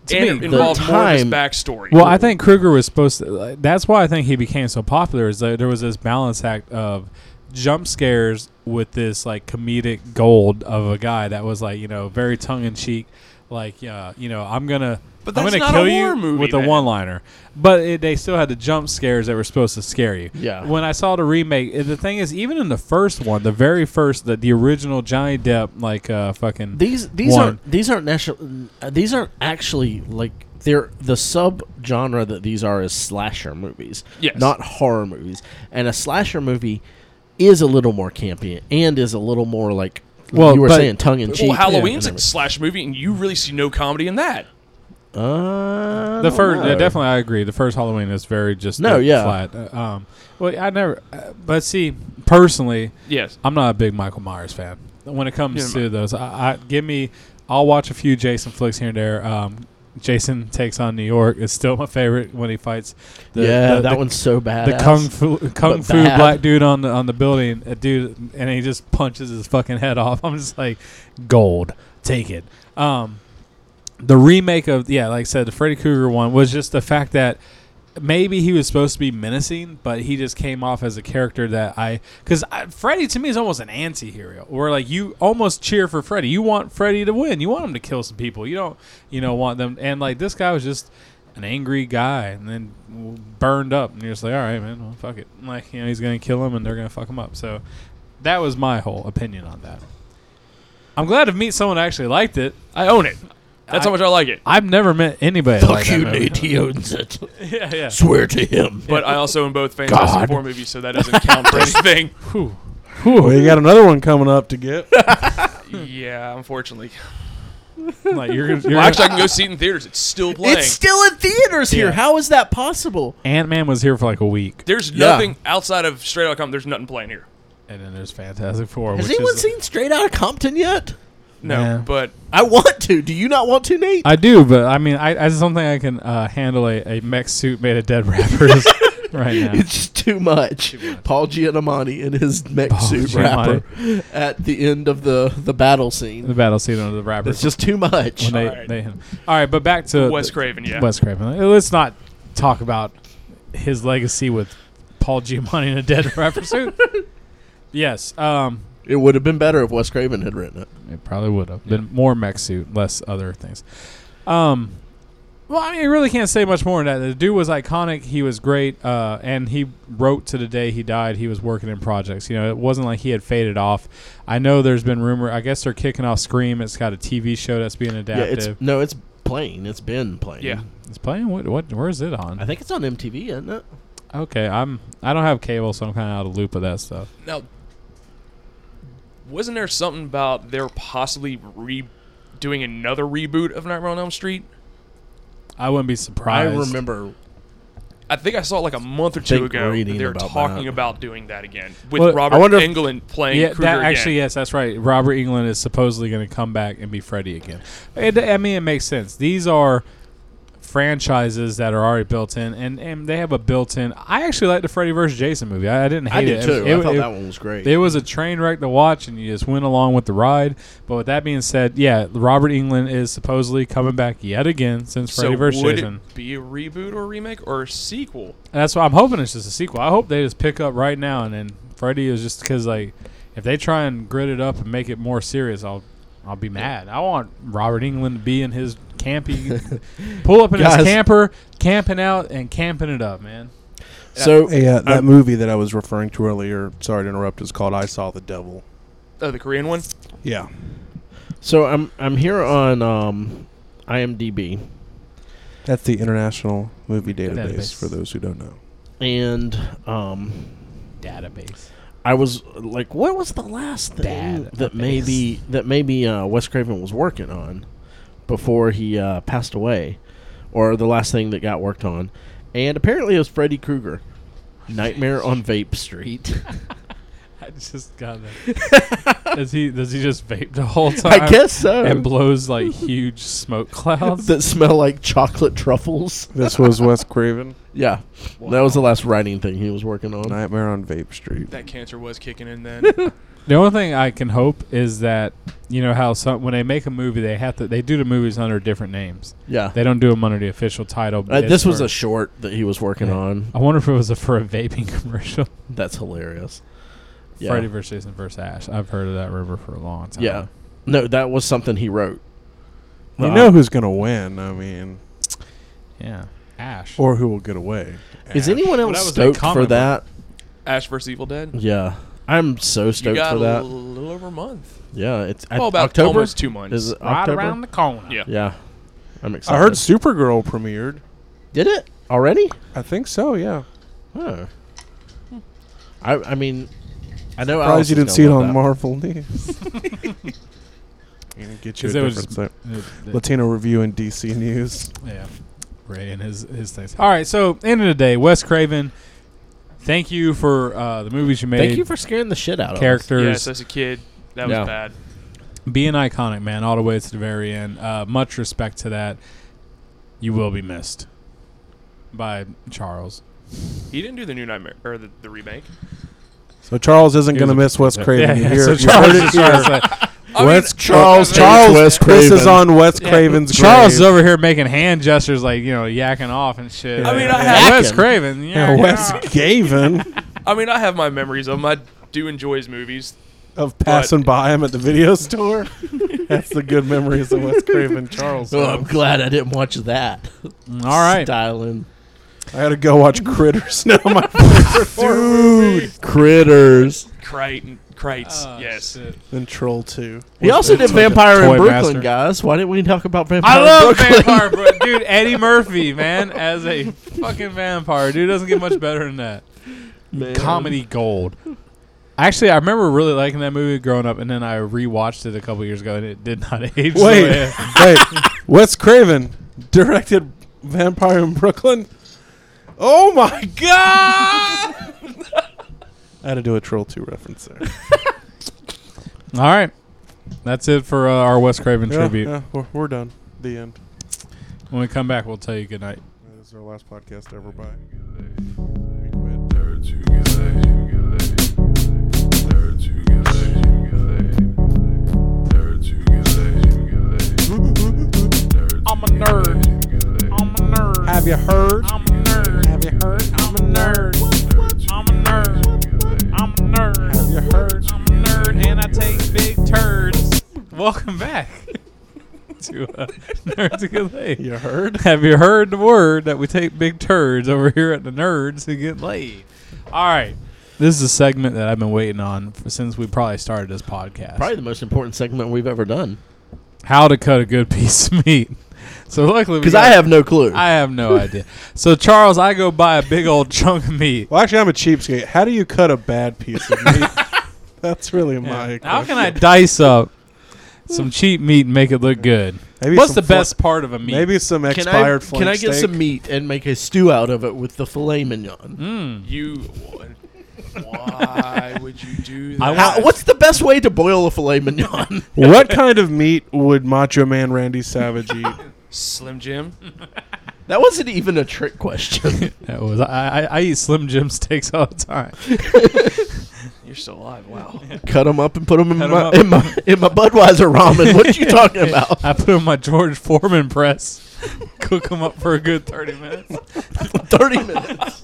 Speaker 1: to
Speaker 4: and
Speaker 1: me,
Speaker 4: it
Speaker 2: the
Speaker 4: involved more of his
Speaker 2: time-
Speaker 4: backstory.
Speaker 1: Well, I think Kruger was supposed to. like, that's why I think he became so popular. Is that there was this balance act of jump scares with this like comedic gold of a guy that was like you know very tongue in cheek, like uh, you know I'm gonna.
Speaker 4: But
Speaker 1: I'm
Speaker 4: that's
Speaker 1: gonna
Speaker 4: not a
Speaker 1: kill
Speaker 4: horror
Speaker 1: you
Speaker 4: movie
Speaker 1: with a
Speaker 4: then.
Speaker 1: one-liner, but it, they still had the jump scares that were supposed to scare you.
Speaker 2: Yeah.
Speaker 1: When I saw the remake, and the thing is, even in the first one, the very first, the, the original Johnny Depp, like uh, fucking
Speaker 2: These these
Speaker 1: one.
Speaker 2: aren't these aren't national. uh, These aren't actually like they're the sub genre that these are is slasher movies,
Speaker 4: Yes.
Speaker 2: not horror movies. And a slasher movie is a little more campy and is a little more like
Speaker 1: Well,
Speaker 2: you were
Speaker 1: but-
Speaker 2: saying tongue in cheek.
Speaker 4: well, Halloween's
Speaker 2: and
Speaker 4: a slash movie, and you really see no comedy in that.
Speaker 2: everything. Uh, I
Speaker 1: the
Speaker 2: don't
Speaker 1: first
Speaker 2: know.
Speaker 1: yeah, definitely i agree the first halloween is very just uh,
Speaker 2: No, yeah.
Speaker 1: flat Uh, um well i never uh, but see personally
Speaker 4: Yes.
Speaker 1: i'm not a big michael myers fan when it comes
Speaker 4: Yeah.
Speaker 1: to those. I, I give me. I'll watch a few Jason flicks here and there. Um, Jason takes on New York is still my favorite when he fights. The,
Speaker 2: yeah,
Speaker 1: the,
Speaker 2: that
Speaker 1: the,
Speaker 2: one's so bad.
Speaker 1: The kung fu kung
Speaker 2: but
Speaker 1: fu
Speaker 2: bad.
Speaker 1: black dude on the on the building, a dude, and he just punches his fucking head off. I'm just like, gold, take it. Um, the remake of yeah, like I said, the Freddy Krueger one was just the fact that maybe he was supposed to be menacing, but he just came off as a character that I because Freddy to me is almost an anti-hero. Where like you almost cheer for Freddy, you want Freddy to win, you want him to kill some people, you don't you know want them. And like this guy was just an angry guy, and then w- burned up, and you're just like, all right, man, well, fuck it. Like you know he's gonna kill him, and they're gonna fuck him up. So that was my whole opinion on that. I'm glad to meet someone that actually liked it.
Speaker 4: I own it. That's
Speaker 1: I-
Speaker 4: how much I like it.
Speaker 1: I've never met anybody
Speaker 2: Fuck
Speaker 1: like
Speaker 2: you,
Speaker 1: that. movie.
Speaker 2: Nate. He owns it.
Speaker 1: Yeah, yeah.
Speaker 2: Swear to him.
Speaker 4: But I also own both Fantastic
Speaker 2: God.
Speaker 4: Four movies, so that doesn't count for anything.
Speaker 1: Whew.
Speaker 3: Well, you got another one coming up to get.
Speaker 4: Yeah, unfortunately.
Speaker 1: Like you're, gonna- you're
Speaker 4: Well, actually, I can go see it in theaters. It's still playing.
Speaker 2: It's still in theaters here.
Speaker 1: Yeah.
Speaker 2: How is that possible?
Speaker 1: Ant Man was here for like a week,
Speaker 4: there's
Speaker 2: Yeah.
Speaker 4: nothing outside of Straight Outta Compton. There's nothing playing here.
Speaker 1: and then there's Fantastic Four.
Speaker 2: Has
Speaker 1: which
Speaker 2: anyone
Speaker 1: is,
Speaker 2: seen Straight Outta Compton yet?
Speaker 4: No,
Speaker 1: Yeah.
Speaker 4: but
Speaker 2: I want to. Do you not want to, Nate?
Speaker 1: I do, but I mean, I, I just don't think I can uh, handle a, a mech suit made of dead rappers right now.
Speaker 2: It's just too much. Paul Gianamani in his mech
Speaker 1: Paul
Speaker 2: suit
Speaker 1: Giamatti.
Speaker 2: wrapper at the end of the, the battle
Speaker 1: The
Speaker 2: scene.
Speaker 1: battle scene under the
Speaker 2: It's
Speaker 1: rappers.
Speaker 2: just too much.
Speaker 1: when they,
Speaker 4: Alright.
Speaker 1: they hit him. all right, but back to
Speaker 4: Wes
Speaker 1: the-
Speaker 4: Craven, yeah.
Speaker 1: Wes Craven. Uh, Let's not talk about his legacy with Paul Giamatti in a dead rapper suit. yes, um,
Speaker 2: It would have been better if Wes Craven had written it.
Speaker 1: It probably would have been more mech suit, less other things. Um, well, I mean, you really can't say much more than that. The dude was iconic. He was great, uh, and he wrote to the day he died. He was working in projects. You know, it wasn't like he had faded off. I know there's been rumor. I guess they're kicking off Scream. It's got a TV show that's being
Speaker 2: Yeah,
Speaker 1: adapted.
Speaker 2: it's no, it's playing. It's been playing.
Speaker 4: yeah,
Speaker 1: It's playing. What? What? Where is it on?
Speaker 2: I think it's on MTV, isn't it?
Speaker 1: okay, I'm. I don't have cable, so I'm kind of out of the loop of that stuff.
Speaker 4: Now, wasn't there something about they're possibly re doing another reboot of Nightmare on Elm Street?
Speaker 1: I wouldn't be surprised.
Speaker 2: I remember.
Speaker 4: I think I saw it like a month or two
Speaker 2: Think
Speaker 4: ago. that
Speaker 2: reading
Speaker 4: They were
Speaker 2: about
Speaker 4: talking
Speaker 2: that.
Speaker 4: about doing that again with
Speaker 1: Well, I
Speaker 4: Robert
Speaker 1: wonder if-
Speaker 4: Englund playing
Speaker 1: Yeah,
Speaker 4: Krueger
Speaker 1: that, actually,
Speaker 4: again.
Speaker 1: yes, that's right. Robert England is supposedly going to come back and be Freddy again. It, I mean, it makes sense. These are franchises that are already built in, and, and they have a built-in. I actually like the Freddy vs. Jason movie. I, I didn't hate
Speaker 2: I did
Speaker 1: it.
Speaker 2: too.
Speaker 1: It,
Speaker 2: I thought
Speaker 1: it-
Speaker 2: that one was great.
Speaker 1: it was a train wreck to watch, and you just went along with the ride. But with that being said, yeah, Robert England is supposedly coming back yet again since
Speaker 4: So
Speaker 1: Freddy vs.
Speaker 4: would
Speaker 1: Jason.
Speaker 4: it be a reboot or a remake or a sequel?
Speaker 1: And that's why I'm hoping it's just a sequel. I hope they just pick up right now and then Freddy is just because like if they try and grit it up and make it more serious, I'll I'll be mad. I want Robert England to be in his campy, pull up in
Speaker 2: Guys.
Speaker 1: his camper, camping out and camping it up, man.
Speaker 2: so
Speaker 3: Hey, uh, that movie that I was referring to earlier. Sorry to interrupt. Is called "I Saw the Devil."
Speaker 4: Oh, the Korean one.
Speaker 3: Yeah,
Speaker 2: so I'm I'm here on um, IMDb,
Speaker 3: that's the International Movie Database,
Speaker 1: Database.
Speaker 3: for those who don't know.
Speaker 2: and um,
Speaker 1: Database.
Speaker 2: I was like, what was the last thing
Speaker 1: Dad
Speaker 2: that
Speaker 1: face.
Speaker 2: maybe that maybe uh, Wes Craven was working on before he uh, passed away, or the last thing that got worked on, and apparently it was Freddy Krueger, Nightmare on Vape Street.
Speaker 1: I just got that. does he does he just vape the whole time?
Speaker 2: I guess so.
Speaker 1: And blows like huge smoke clouds.
Speaker 2: that smell like chocolate truffles.
Speaker 3: This was Wes Craven,
Speaker 2: Yeah, that was the last writing thing he was working on.
Speaker 3: Nightmare on Vape Street.
Speaker 4: That cancer was kicking in then.
Speaker 1: The only thing I can hope is that you know how some when they make a movie they have to they do the movies under different names.
Speaker 2: Yeah,
Speaker 1: They don't do them under the official title.
Speaker 2: Uh,
Speaker 1: but
Speaker 2: this
Speaker 1: it's
Speaker 2: was
Speaker 1: for-
Speaker 2: a short that he was working
Speaker 1: Yeah. Oh.
Speaker 2: on.
Speaker 1: I wonder if it was a, for a vaping commercial.
Speaker 2: That's hilarious. Yeah.
Speaker 1: Freddy vs. Jason vs. Ash. I've heard of that rumor for a long time.
Speaker 2: Yeah, no, that was something he wrote.
Speaker 3: You
Speaker 2: Uh,
Speaker 3: know who's gonna win? I mean,
Speaker 1: yeah. Ash.
Speaker 3: or who will get away?
Speaker 2: Is anyone
Speaker 1: that
Speaker 2: else
Speaker 1: was a
Speaker 2: stoked
Speaker 1: comic
Speaker 2: for
Speaker 1: book.
Speaker 2: that?
Speaker 4: Ash vs Evil Dead.
Speaker 2: Yeah, I'm so
Speaker 4: You
Speaker 2: stoked
Speaker 4: got
Speaker 2: for
Speaker 4: a
Speaker 2: that.
Speaker 4: little over a month.
Speaker 2: yeah, it's at
Speaker 4: Well, about
Speaker 2: October.
Speaker 4: almost two months.
Speaker 2: Is it
Speaker 1: right
Speaker 2: October?
Speaker 1: around the corner.
Speaker 4: Yeah.
Speaker 2: yeah, I'm excited.
Speaker 3: I heard Supergirl premiered.
Speaker 2: Did it already?
Speaker 3: I think so. Yeah.
Speaker 2: Huh.
Speaker 1: Hmm.
Speaker 2: I I mean, I know. Alice
Speaker 3: Surprised you
Speaker 2: is
Speaker 3: didn't
Speaker 2: gonna
Speaker 3: see it
Speaker 2: love
Speaker 3: on
Speaker 2: that.
Speaker 3: Marvel News. You're gonna get you a
Speaker 1: Because it was-
Speaker 3: different site.
Speaker 1: It- it-
Speaker 3: Latino review and DC news.
Speaker 1: Yeah. Ray and his his things. All right. So end of the day, Wes Craven. Thank you for uh, the movies you made.
Speaker 2: Thank you for scaring the shit out of us.
Speaker 1: characters.
Speaker 4: Yes, as a kid, That was
Speaker 2: Yeah.
Speaker 4: bad.
Speaker 1: Being iconic, man, all the way to the very end. Uh, much respect to that. You will be missed by Charles.
Speaker 4: He didn't do the new nightmare or the, the remake.
Speaker 3: So Charles isn't
Speaker 1: Here's
Speaker 3: going to
Speaker 1: a-
Speaker 3: miss West Craven.
Speaker 1: Yeah,
Speaker 3: you
Speaker 1: yeah,
Speaker 3: hear,
Speaker 1: so
Speaker 3: you
Speaker 1: Charles
Speaker 3: heard
Speaker 1: is
Speaker 3: it here.
Speaker 1: Charles, uh,
Speaker 4: I mean,
Speaker 3: Wes-
Speaker 2: Charles-
Speaker 3: Charles,
Speaker 2: Wes
Speaker 3: This is
Speaker 2: Craven.
Speaker 3: on Wes Craven's
Speaker 1: Charles is
Speaker 3: grave.
Speaker 1: over here making hand gestures, like you know, yakking off and shit.
Speaker 4: I mean,
Speaker 1: Yeah,
Speaker 4: I have-
Speaker 1: Wes Craven. Yeah,
Speaker 3: Yeah, Wes
Speaker 1: yeah.
Speaker 3: Gaven
Speaker 4: I mean, I have my memories of him. I do enjoy his movies.
Speaker 3: of passing by him at the video store. That's the good memories of Wes Craven. Charles.
Speaker 2: Oh, I'm glad I didn't watch that.
Speaker 1: All right.
Speaker 2: Styling.
Speaker 3: I had to go watch Critters now. My
Speaker 2: Dude, critters.
Speaker 4: Crichton, Crites,
Speaker 1: Oh,
Speaker 4: yes.
Speaker 1: shit.
Speaker 3: and Troll Two.
Speaker 2: He also did Vampire in
Speaker 1: Toy
Speaker 2: Brooklyn,
Speaker 1: Master.
Speaker 2: guys. Why didn't we talk about Vampire?
Speaker 1: I
Speaker 2: in
Speaker 1: love
Speaker 2: Brooklyn?
Speaker 1: vampire, bro. dude. Eddie Murphy, man, as a fucking vampire, dude, doesn't get much better than that.
Speaker 2: Man.
Speaker 1: Comedy gold. Actually, I remember really liking that movie growing up, and then I rewatched it a couple years ago, and it did not age. the way
Speaker 3: Wait,
Speaker 1: I-
Speaker 3: wait. Wes Craven directed Vampire in Brooklyn. Oh my god! I had to do a Troll Two reference there.
Speaker 1: all right, that's it for uh, our Wes Craven
Speaker 3: Yeah,
Speaker 1: tribute.
Speaker 3: yeah, we're, we're done. The end.
Speaker 1: When we come back, we'll tell you good night.
Speaker 3: This is our last podcast ever. Bye.
Speaker 6: Nerds who get laid, who get laid. Nerds who get laid, who get laid. Nerds who get laid, who get laid. Nerds
Speaker 1: I'm a
Speaker 6: who get
Speaker 1: nerd.
Speaker 6: laid, who get laid.
Speaker 1: nerd.
Speaker 3: Have you heard?
Speaker 1: I'm a nerd.
Speaker 3: Have you heard?
Speaker 1: I'm a nerd.
Speaker 6: Nerds who
Speaker 1: I'm
Speaker 6: get
Speaker 1: a
Speaker 6: laid,
Speaker 1: nerd.
Speaker 6: who get laid.
Speaker 1: I'm a nerd.
Speaker 3: Have you heard?
Speaker 1: I'm a nerd and I take big turds. Welcome back to uh, Nerds Who Get Laid.
Speaker 3: You heard?
Speaker 1: Have you heard the word that we take big turds over here at the Nerds Who Get Laid? All right. This is a segment that I've been waiting on f- since we probably started this podcast.
Speaker 2: Probably the most important segment we've ever done.
Speaker 1: How to cut a good piece of meat. So luckily, we
Speaker 2: Because I
Speaker 1: got-
Speaker 2: have no clue.
Speaker 1: I have no idea. So Charles, I go buy a big old chunk of meat.
Speaker 3: Well, actually, I'm a cheapskate. How do you cut a bad piece of meat? That's really my.
Speaker 1: How can
Speaker 3: question.
Speaker 1: I dice up some cheap meat and make it look good?
Speaker 3: Maybe
Speaker 1: What's the
Speaker 3: some fla-
Speaker 1: best part of a meat?
Speaker 3: Maybe some
Speaker 2: can I,
Speaker 3: expired flank
Speaker 2: can I get
Speaker 3: steak.
Speaker 2: some meat and make a stew out of it with the filet mignon?
Speaker 1: Mm.
Speaker 4: You. Why would you do that?
Speaker 1: I want-
Speaker 2: How, what's the best way to boil a filet mignon?
Speaker 3: What kind of meat would Macho Man Randy Savage eat?
Speaker 4: Slim Jim.
Speaker 2: that wasn't even a trick question.
Speaker 1: That was I, I, I eat Slim Jim steaks all the time.
Speaker 4: You're still alive. Wow.
Speaker 2: Cut them up and put them in,
Speaker 1: Cut 'em
Speaker 2: my,
Speaker 1: up.
Speaker 2: in my in my Budweiser ramen. What you talking about?
Speaker 1: I put 'em on my George Foreman press, cook them up for a good thirty minutes.
Speaker 2: Thirty minutes.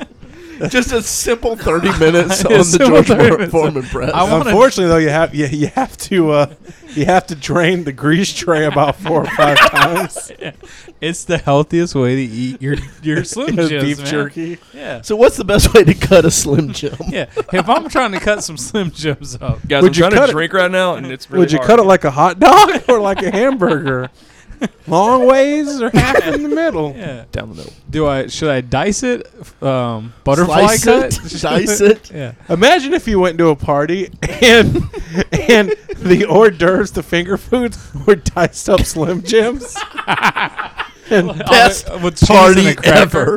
Speaker 2: Just a simple thirty minutes on
Speaker 1: A
Speaker 2: the
Speaker 1: simple
Speaker 2: George
Speaker 1: 30
Speaker 2: Foreman
Speaker 1: minutes.
Speaker 2: Foreman press.
Speaker 1: I wanna-
Speaker 3: Unfortunately, though, you have you, you have to uh, you have to drain the grease tray about four or five times.
Speaker 1: It's the healthiest way to eat your your Slim
Speaker 3: It's
Speaker 1: Jims,
Speaker 3: beef
Speaker 1: man.
Speaker 3: jerky.
Speaker 1: Yeah,
Speaker 2: so what's the best way to cut a Slim Jim?
Speaker 1: yeah. If I'm trying to cut some Slim Jims up,
Speaker 4: Guys,
Speaker 3: Would
Speaker 4: I'm
Speaker 3: you
Speaker 4: trying
Speaker 3: cut it-
Speaker 4: to drink right now, and it's really
Speaker 3: Would you
Speaker 4: hard.
Speaker 3: cut it like a hot dog or like a hamburger? Long ways or half in the middle?
Speaker 1: yeah.
Speaker 4: down the middle?
Speaker 1: Do I should I dice it? Um, butterfly
Speaker 2: Slice
Speaker 1: cut.
Speaker 2: it, dice it.
Speaker 1: Yeah.
Speaker 3: Imagine if you went to a party and and the hors d'oeuvres, the finger foods, were diced up Slim Jims
Speaker 2: Best
Speaker 1: Uh, with cheese and
Speaker 2: party
Speaker 1: a cracker.
Speaker 2: ever.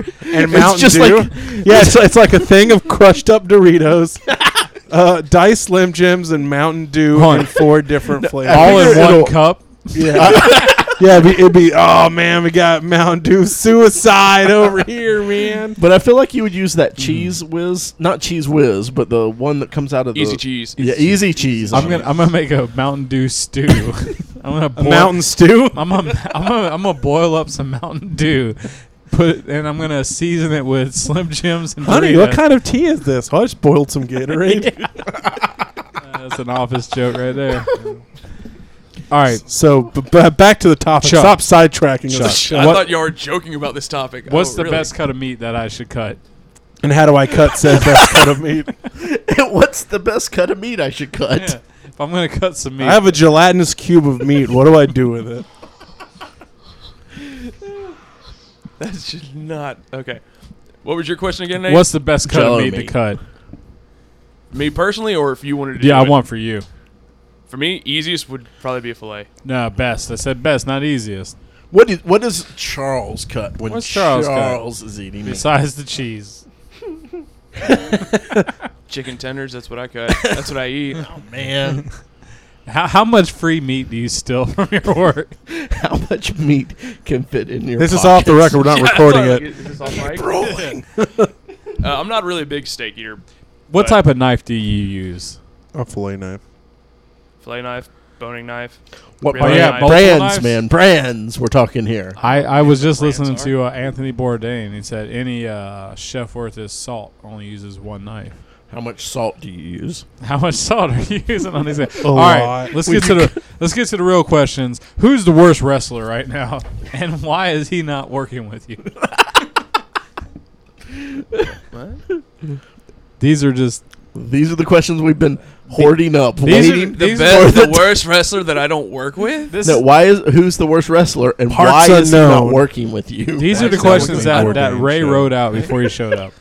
Speaker 2: It's
Speaker 3: and Mountain
Speaker 2: just
Speaker 3: Dew.
Speaker 2: like-
Speaker 3: yeah, it's, it's like a thing of crushed up Doritos, uh, diced Slim Jims, and Mountain Dew
Speaker 1: Hold on.
Speaker 3: in four different flavors.
Speaker 1: all in
Speaker 2: Either
Speaker 1: one
Speaker 2: it'll-
Speaker 1: cup.
Speaker 3: Yeah, yeah. It'd be, it'd be oh man, we got Mountain Dew suicide over here, man.
Speaker 2: But I feel like you would use that cheese whiz, not cheese whiz, but the one that comes out of the
Speaker 4: Easy cheese.
Speaker 2: Yeah, easy cheese.
Speaker 1: I'm
Speaker 2: on
Speaker 1: gonna
Speaker 2: it.
Speaker 1: I'm gonna make a Mountain Dew stew. I'm gonna
Speaker 3: A
Speaker 1: boil,
Speaker 3: mountain stew.
Speaker 1: I'm gonna, I'm gonna I'm gonna boil up some Mountain Dew, put and I'm gonna season it with Slim Jims and
Speaker 3: Honey, what
Speaker 1: Doritos.
Speaker 3: kind of tea is this? Oh, I just boiled some Gatorade.
Speaker 1: Uh, that's an office joke right there. All right,
Speaker 3: So b- b- back to the topic.
Speaker 1: Chuck.
Speaker 3: Stop sidetracking us.
Speaker 1: Chuck.
Speaker 4: I
Speaker 1: What-
Speaker 4: thought you were joking about this topic.
Speaker 1: what's
Speaker 4: Oh,
Speaker 1: the
Speaker 4: really?
Speaker 1: best cut of meat that I should cut?
Speaker 3: And how do I cut said best cut of meat?
Speaker 2: What's the best cut of meat I should cut?
Speaker 1: Yeah, if I'm gonna cut some meat,
Speaker 3: I have a gelatinous cube of meat. What do I do with it?
Speaker 4: That's just not okay. What was your question again, Nate?
Speaker 1: what's the best cut
Speaker 2: Jello
Speaker 1: of meat,
Speaker 2: meat.
Speaker 1: to cut?
Speaker 4: me personally, or if you wanted to?
Speaker 1: Yeah,
Speaker 4: do
Speaker 1: I
Speaker 4: it?
Speaker 1: want for you.
Speaker 4: For me, easiest would probably be a fillet.
Speaker 1: No, best. I said best, not easiest.
Speaker 2: What is what does Charles cut when
Speaker 1: What's
Speaker 2: Charles,
Speaker 1: Charles cut?
Speaker 2: is eating meat?
Speaker 1: Besides the cheese.
Speaker 4: Chicken tenders. That's what I cut. that's what I eat.
Speaker 2: Oh, Man,
Speaker 1: How, how much free meat do you steal from your work?
Speaker 2: How much meat can fit in your?
Speaker 3: This is off the
Speaker 2: pockets?
Speaker 3: record. We're not recording it.
Speaker 2: Rolling.
Speaker 4: Uh, I'm not really a big steak eater.
Speaker 1: What
Speaker 4: But-
Speaker 1: type of knife do you use?
Speaker 3: A fillet knife.
Speaker 4: Fillet knife, boning knife.
Speaker 2: What
Speaker 4: Really
Speaker 2: brand-
Speaker 4: nice.
Speaker 2: brands,
Speaker 1: Multiple knives?
Speaker 2: man? Brands. We're talking here.
Speaker 1: I, I was just
Speaker 4: Brands
Speaker 1: listening
Speaker 4: are.
Speaker 1: to uh, Anthony Bourdain. He said any uh, chef worth his salt only uses one knife.
Speaker 2: How much salt do you use?
Speaker 1: How much salt are you using on these? things? All
Speaker 3: lot.
Speaker 1: let's get to the let's get to the real questions. Who's the worst wrestler right now, and why is he not working with you? These are just
Speaker 2: These are the questions we've been hoarding up.
Speaker 1: these
Speaker 2: waiting
Speaker 1: are
Speaker 4: The,
Speaker 1: these are
Speaker 4: best,
Speaker 2: are
Speaker 4: the
Speaker 2: the-
Speaker 4: worst wrestler that I don't work with.
Speaker 1: this,
Speaker 2: that why is who's the worst wrestler and
Speaker 3: Parts
Speaker 2: why is he not
Speaker 3: unknown.
Speaker 2: working with you?
Speaker 1: These are the
Speaker 4: That's
Speaker 1: questions
Speaker 3: what
Speaker 1: that,
Speaker 3: Gordon
Speaker 1: that Ray
Speaker 3: showed.
Speaker 1: wrote out before he showed up.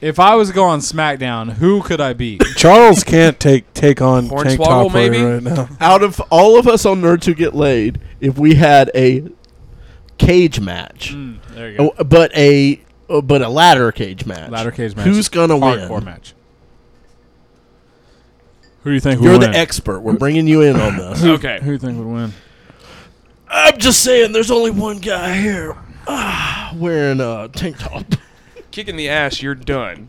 Speaker 1: If I was going SmackDown, who could I beat?
Speaker 3: Charles can't take take on Tank
Speaker 4: Hornswoggle,
Speaker 3: Top
Speaker 4: maybe?
Speaker 3: maybe? right now.
Speaker 2: Out of all of us on Nerds Who Get Laid, if we had a cage match,
Speaker 1: Mm, there you go.
Speaker 2: oh, but a oh, but a ladder cage match,
Speaker 1: Ladder cage match.
Speaker 2: who's gonna
Speaker 1: Hardcore
Speaker 2: win?
Speaker 1: match. Who do you think would
Speaker 2: You're
Speaker 1: win?
Speaker 2: the expert. We're bringing you in on this.
Speaker 4: Okay.
Speaker 1: Who do you think would win?
Speaker 2: I'm just saying, there's only one guy here ah, wearing a tank top.
Speaker 4: Kick in the ass, you're done.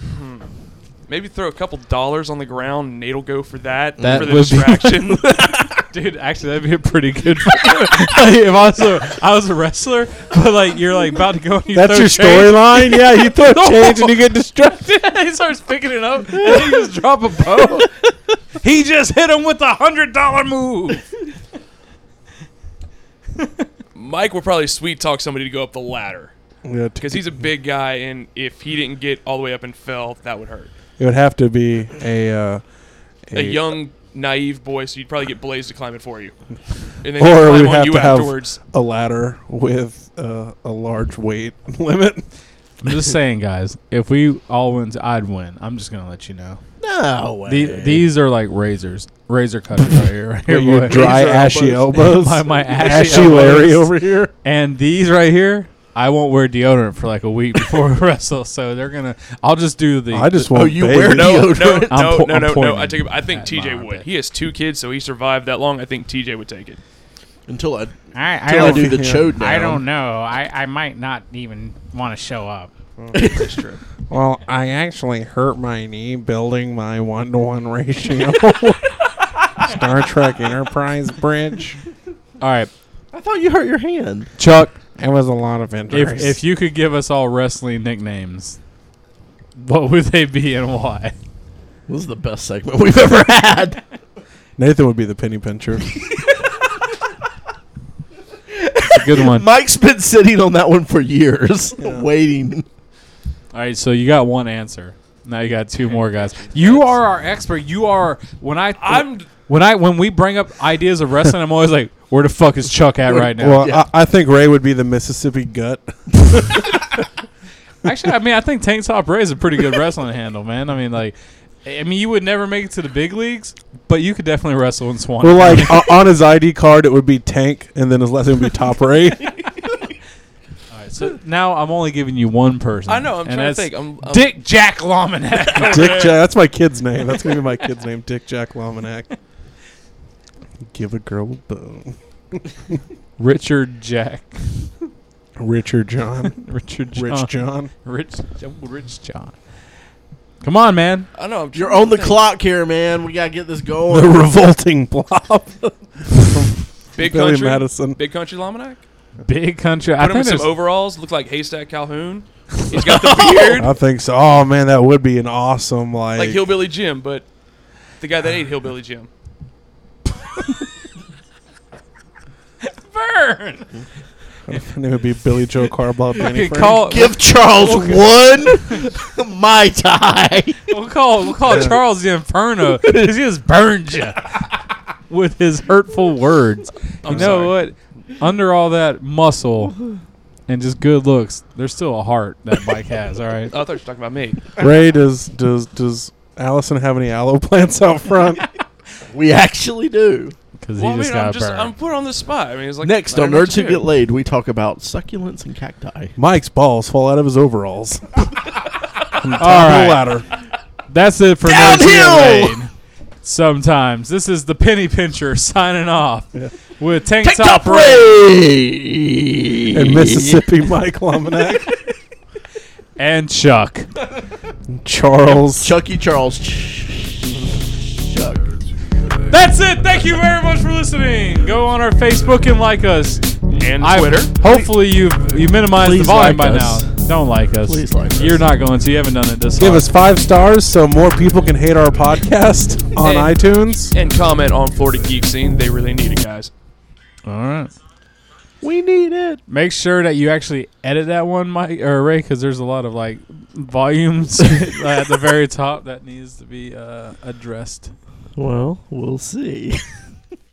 Speaker 4: Hmm. Maybe throw a couple dollars on the ground. and Nate'll go for that,
Speaker 1: That
Speaker 4: for the
Speaker 1: would be-
Speaker 4: distraction.
Speaker 1: Dude, actually, that'd be a pretty good. like, if I was a, I was a wrestler, but like you're like about to go. And you
Speaker 3: That's
Speaker 1: throw
Speaker 3: your
Speaker 1: change.
Speaker 3: storyline. yeah, you throw change and you get distracted.
Speaker 1: he starts picking it up and then he just drop a bow. he just hit him with a hundred dollar move.
Speaker 4: Mike will probably sweet talk somebody to go up the ladder
Speaker 3: Yeah, t-
Speaker 4: because he's a big guy, and if he didn't get all the way up and fell, that would hurt.
Speaker 3: it would have to be a uh,
Speaker 4: A young, naive boy, so you'd probably get Blaze to climb it for you,
Speaker 3: or
Speaker 4: and then he'd
Speaker 3: we
Speaker 4: climb
Speaker 3: would
Speaker 4: on
Speaker 3: have
Speaker 4: you
Speaker 3: to have
Speaker 4: afterwards.
Speaker 3: a ladder with uh, a large weight limit.
Speaker 1: I'm just saying, guys. If we all win, I'd win. I'm just gonna let you know.
Speaker 2: No way.
Speaker 1: The, these are like razors, razor cutters right here, right here,
Speaker 3: Your
Speaker 1: boy.
Speaker 3: dry ashy elbows.
Speaker 1: my, my ashy,
Speaker 3: ashy Larry
Speaker 1: elbows.
Speaker 3: over here.
Speaker 1: And these right here, I won't wear deodorant for like a week before we wrestle. So they're gonna. I'll just do the.
Speaker 3: I just
Speaker 2: oh,
Speaker 3: want.
Speaker 2: you
Speaker 3: baby.
Speaker 2: wear
Speaker 4: No, no, no,
Speaker 2: deodorant?
Speaker 1: I'm po-
Speaker 4: no,
Speaker 1: I'm
Speaker 4: no, no.
Speaker 1: pointing
Speaker 4: I take. it- I think
Speaker 1: at
Speaker 4: TJ
Speaker 1: my
Speaker 4: would.
Speaker 1: armpit.
Speaker 4: He has two kids, so he survived that long. I think TJ would take it.
Speaker 2: until I
Speaker 7: I, I
Speaker 2: until I,
Speaker 7: don't,
Speaker 2: do the
Speaker 3: yeah.
Speaker 2: chode.
Speaker 7: I don't know. I, I might not even want to show up.
Speaker 4: That's true.
Speaker 3: Well, I actually hurt my knee building my one to one ratio. Star Trek Enterprise bridge.
Speaker 1: all right,
Speaker 2: I thought you hurt your hand.
Speaker 1: Chuck.
Speaker 3: It was a lot of
Speaker 1: If
Speaker 3: injuries.
Speaker 1: if you could give us all wrestling nicknames, what would they be and why?
Speaker 2: This is the best segment we've ever had.
Speaker 3: Nathan would be the penny pincher.
Speaker 1: It's a good one. all
Speaker 2: Mike's been sitting on that one for years, waiting.
Speaker 1: right, so you got one answer. Now you got two more guys. You are our expert. You are when I
Speaker 4: I'm.
Speaker 1: when I when we bring up ideas of wrestling, I'm always like, where the fuck is Chuck at right now?
Speaker 3: well,
Speaker 2: Yeah.
Speaker 3: I, I think Ray would be the Mississippi gut.
Speaker 1: Actually, I mean, I think Tank Top Ray is a pretty good wrestling handle, man. I mean, like, I mean, you would never make it to the big leagues, but you could definitely wrestle in Swan.
Speaker 3: Well, like o- on his ID card, it would be Tank, and then his last name would be Top Ray.
Speaker 1: All right, so now I'm only giving you one person.
Speaker 4: I know. I'm
Speaker 1: and
Speaker 4: trying to
Speaker 1: that's
Speaker 4: think. I'm, I'm
Speaker 1: Dick Jack Lominac.
Speaker 3: Dick Jack. That's my kid's name. That's gonna be my kid's name. Dick Jack Lominac. Give a girl a bone.
Speaker 1: Richard Jack.
Speaker 3: Richard John.
Speaker 1: Richard John.
Speaker 3: Rich John.
Speaker 1: Rich, Rich John. Come on, man.
Speaker 4: I know. I'm
Speaker 2: You're
Speaker 4: trying to
Speaker 2: on the
Speaker 4: think.
Speaker 2: clock here, man. We gotta get this
Speaker 3: The
Speaker 2: going.
Speaker 3: revolting blob.
Speaker 4: Big
Speaker 3: Billy
Speaker 4: country.
Speaker 3: Madison.
Speaker 4: Big country Lamanac.
Speaker 1: Big country. I
Speaker 4: Put him in
Speaker 1: think
Speaker 4: some
Speaker 1: there's-
Speaker 4: overalls. Look like Haystack Calhoun. He's got the beard,
Speaker 3: I think so. Oh man, that would be an awesome like.
Speaker 4: like Hillbilly Jim, but the guy that ate Hillbilly Jim.
Speaker 1: burn.
Speaker 3: her name would be Billy Joe Carbob. Danny
Speaker 1: We could
Speaker 3: Frank.
Speaker 1: call.
Speaker 2: Give Charles one my tie.
Speaker 1: We'll call. We'll call Charles the Inferno because he just burned you with his hurtful words.
Speaker 4: I'm
Speaker 1: you know what? Under all that muscle and just good looks, there's still a heart that Mike has. All right.
Speaker 4: Oh, I thought you were talking about me.
Speaker 3: Ray does does does Allison have any aloe plants out front?
Speaker 2: We actually do.
Speaker 1: Because he
Speaker 4: Well, I
Speaker 1: just
Speaker 4: mean, I'm
Speaker 1: got
Speaker 4: just I'm
Speaker 1: burned.
Speaker 4: put on the spot. I mean, it's like
Speaker 2: Next
Speaker 4: I
Speaker 2: on
Speaker 4: don't know what
Speaker 2: Nerds
Speaker 4: to
Speaker 2: Who
Speaker 4: do.
Speaker 2: Get Laid, we talk about succulents and cacti.
Speaker 3: Mike's balls fall out of his overalls.
Speaker 1: all right.
Speaker 3: Ladder.
Speaker 1: That's it for
Speaker 2: Downhill!
Speaker 1: no TMA. Sometimes this is the penny pincher signing off with tank,
Speaker 2: Tank
Speaker 1: top,
Speaker 2: top Ray
Speaker 3: And Mississippi Mike Lominac,
Speaker 1: and Chuck.
Speaker 3: Charles.
Speaker 2: Chucky Charles. Chuck.
Speaker 1: That's it. Thank you very much for listening. Go on our Facebook and like us.
Speaker 4: And
Speaker 1: I-
Speaker 4: Twitter.
Speaker 1: Hopefully you have you minimized the
Speaker 2: Please
Speaker 1: volume
Speaker 2: like
Speaker 1: by
Speaker 2: us.
Speaker 1: now. Don't like us.
Speaker 2: Please like us.
Speaker 1: You're not going to. You haven't done it this
Speaker 3: Give
Speaker 1: hard.
Speaker 3: us five stars so more people can hate our podcast on
Speaker 4: Hey.
Speaker 3: iTunes.
Speaker 4: And comment on Florida Geek Scene. They really need it, guys.
Speaker 1: All right.
Speaker 2: We need it.
Speaker 1: Make sure that you actually edit that one, Mike or Ray, because there's a lot of like volumes at the very top that needs to be uh, addressed.
Speaker 2: Well, we'll see.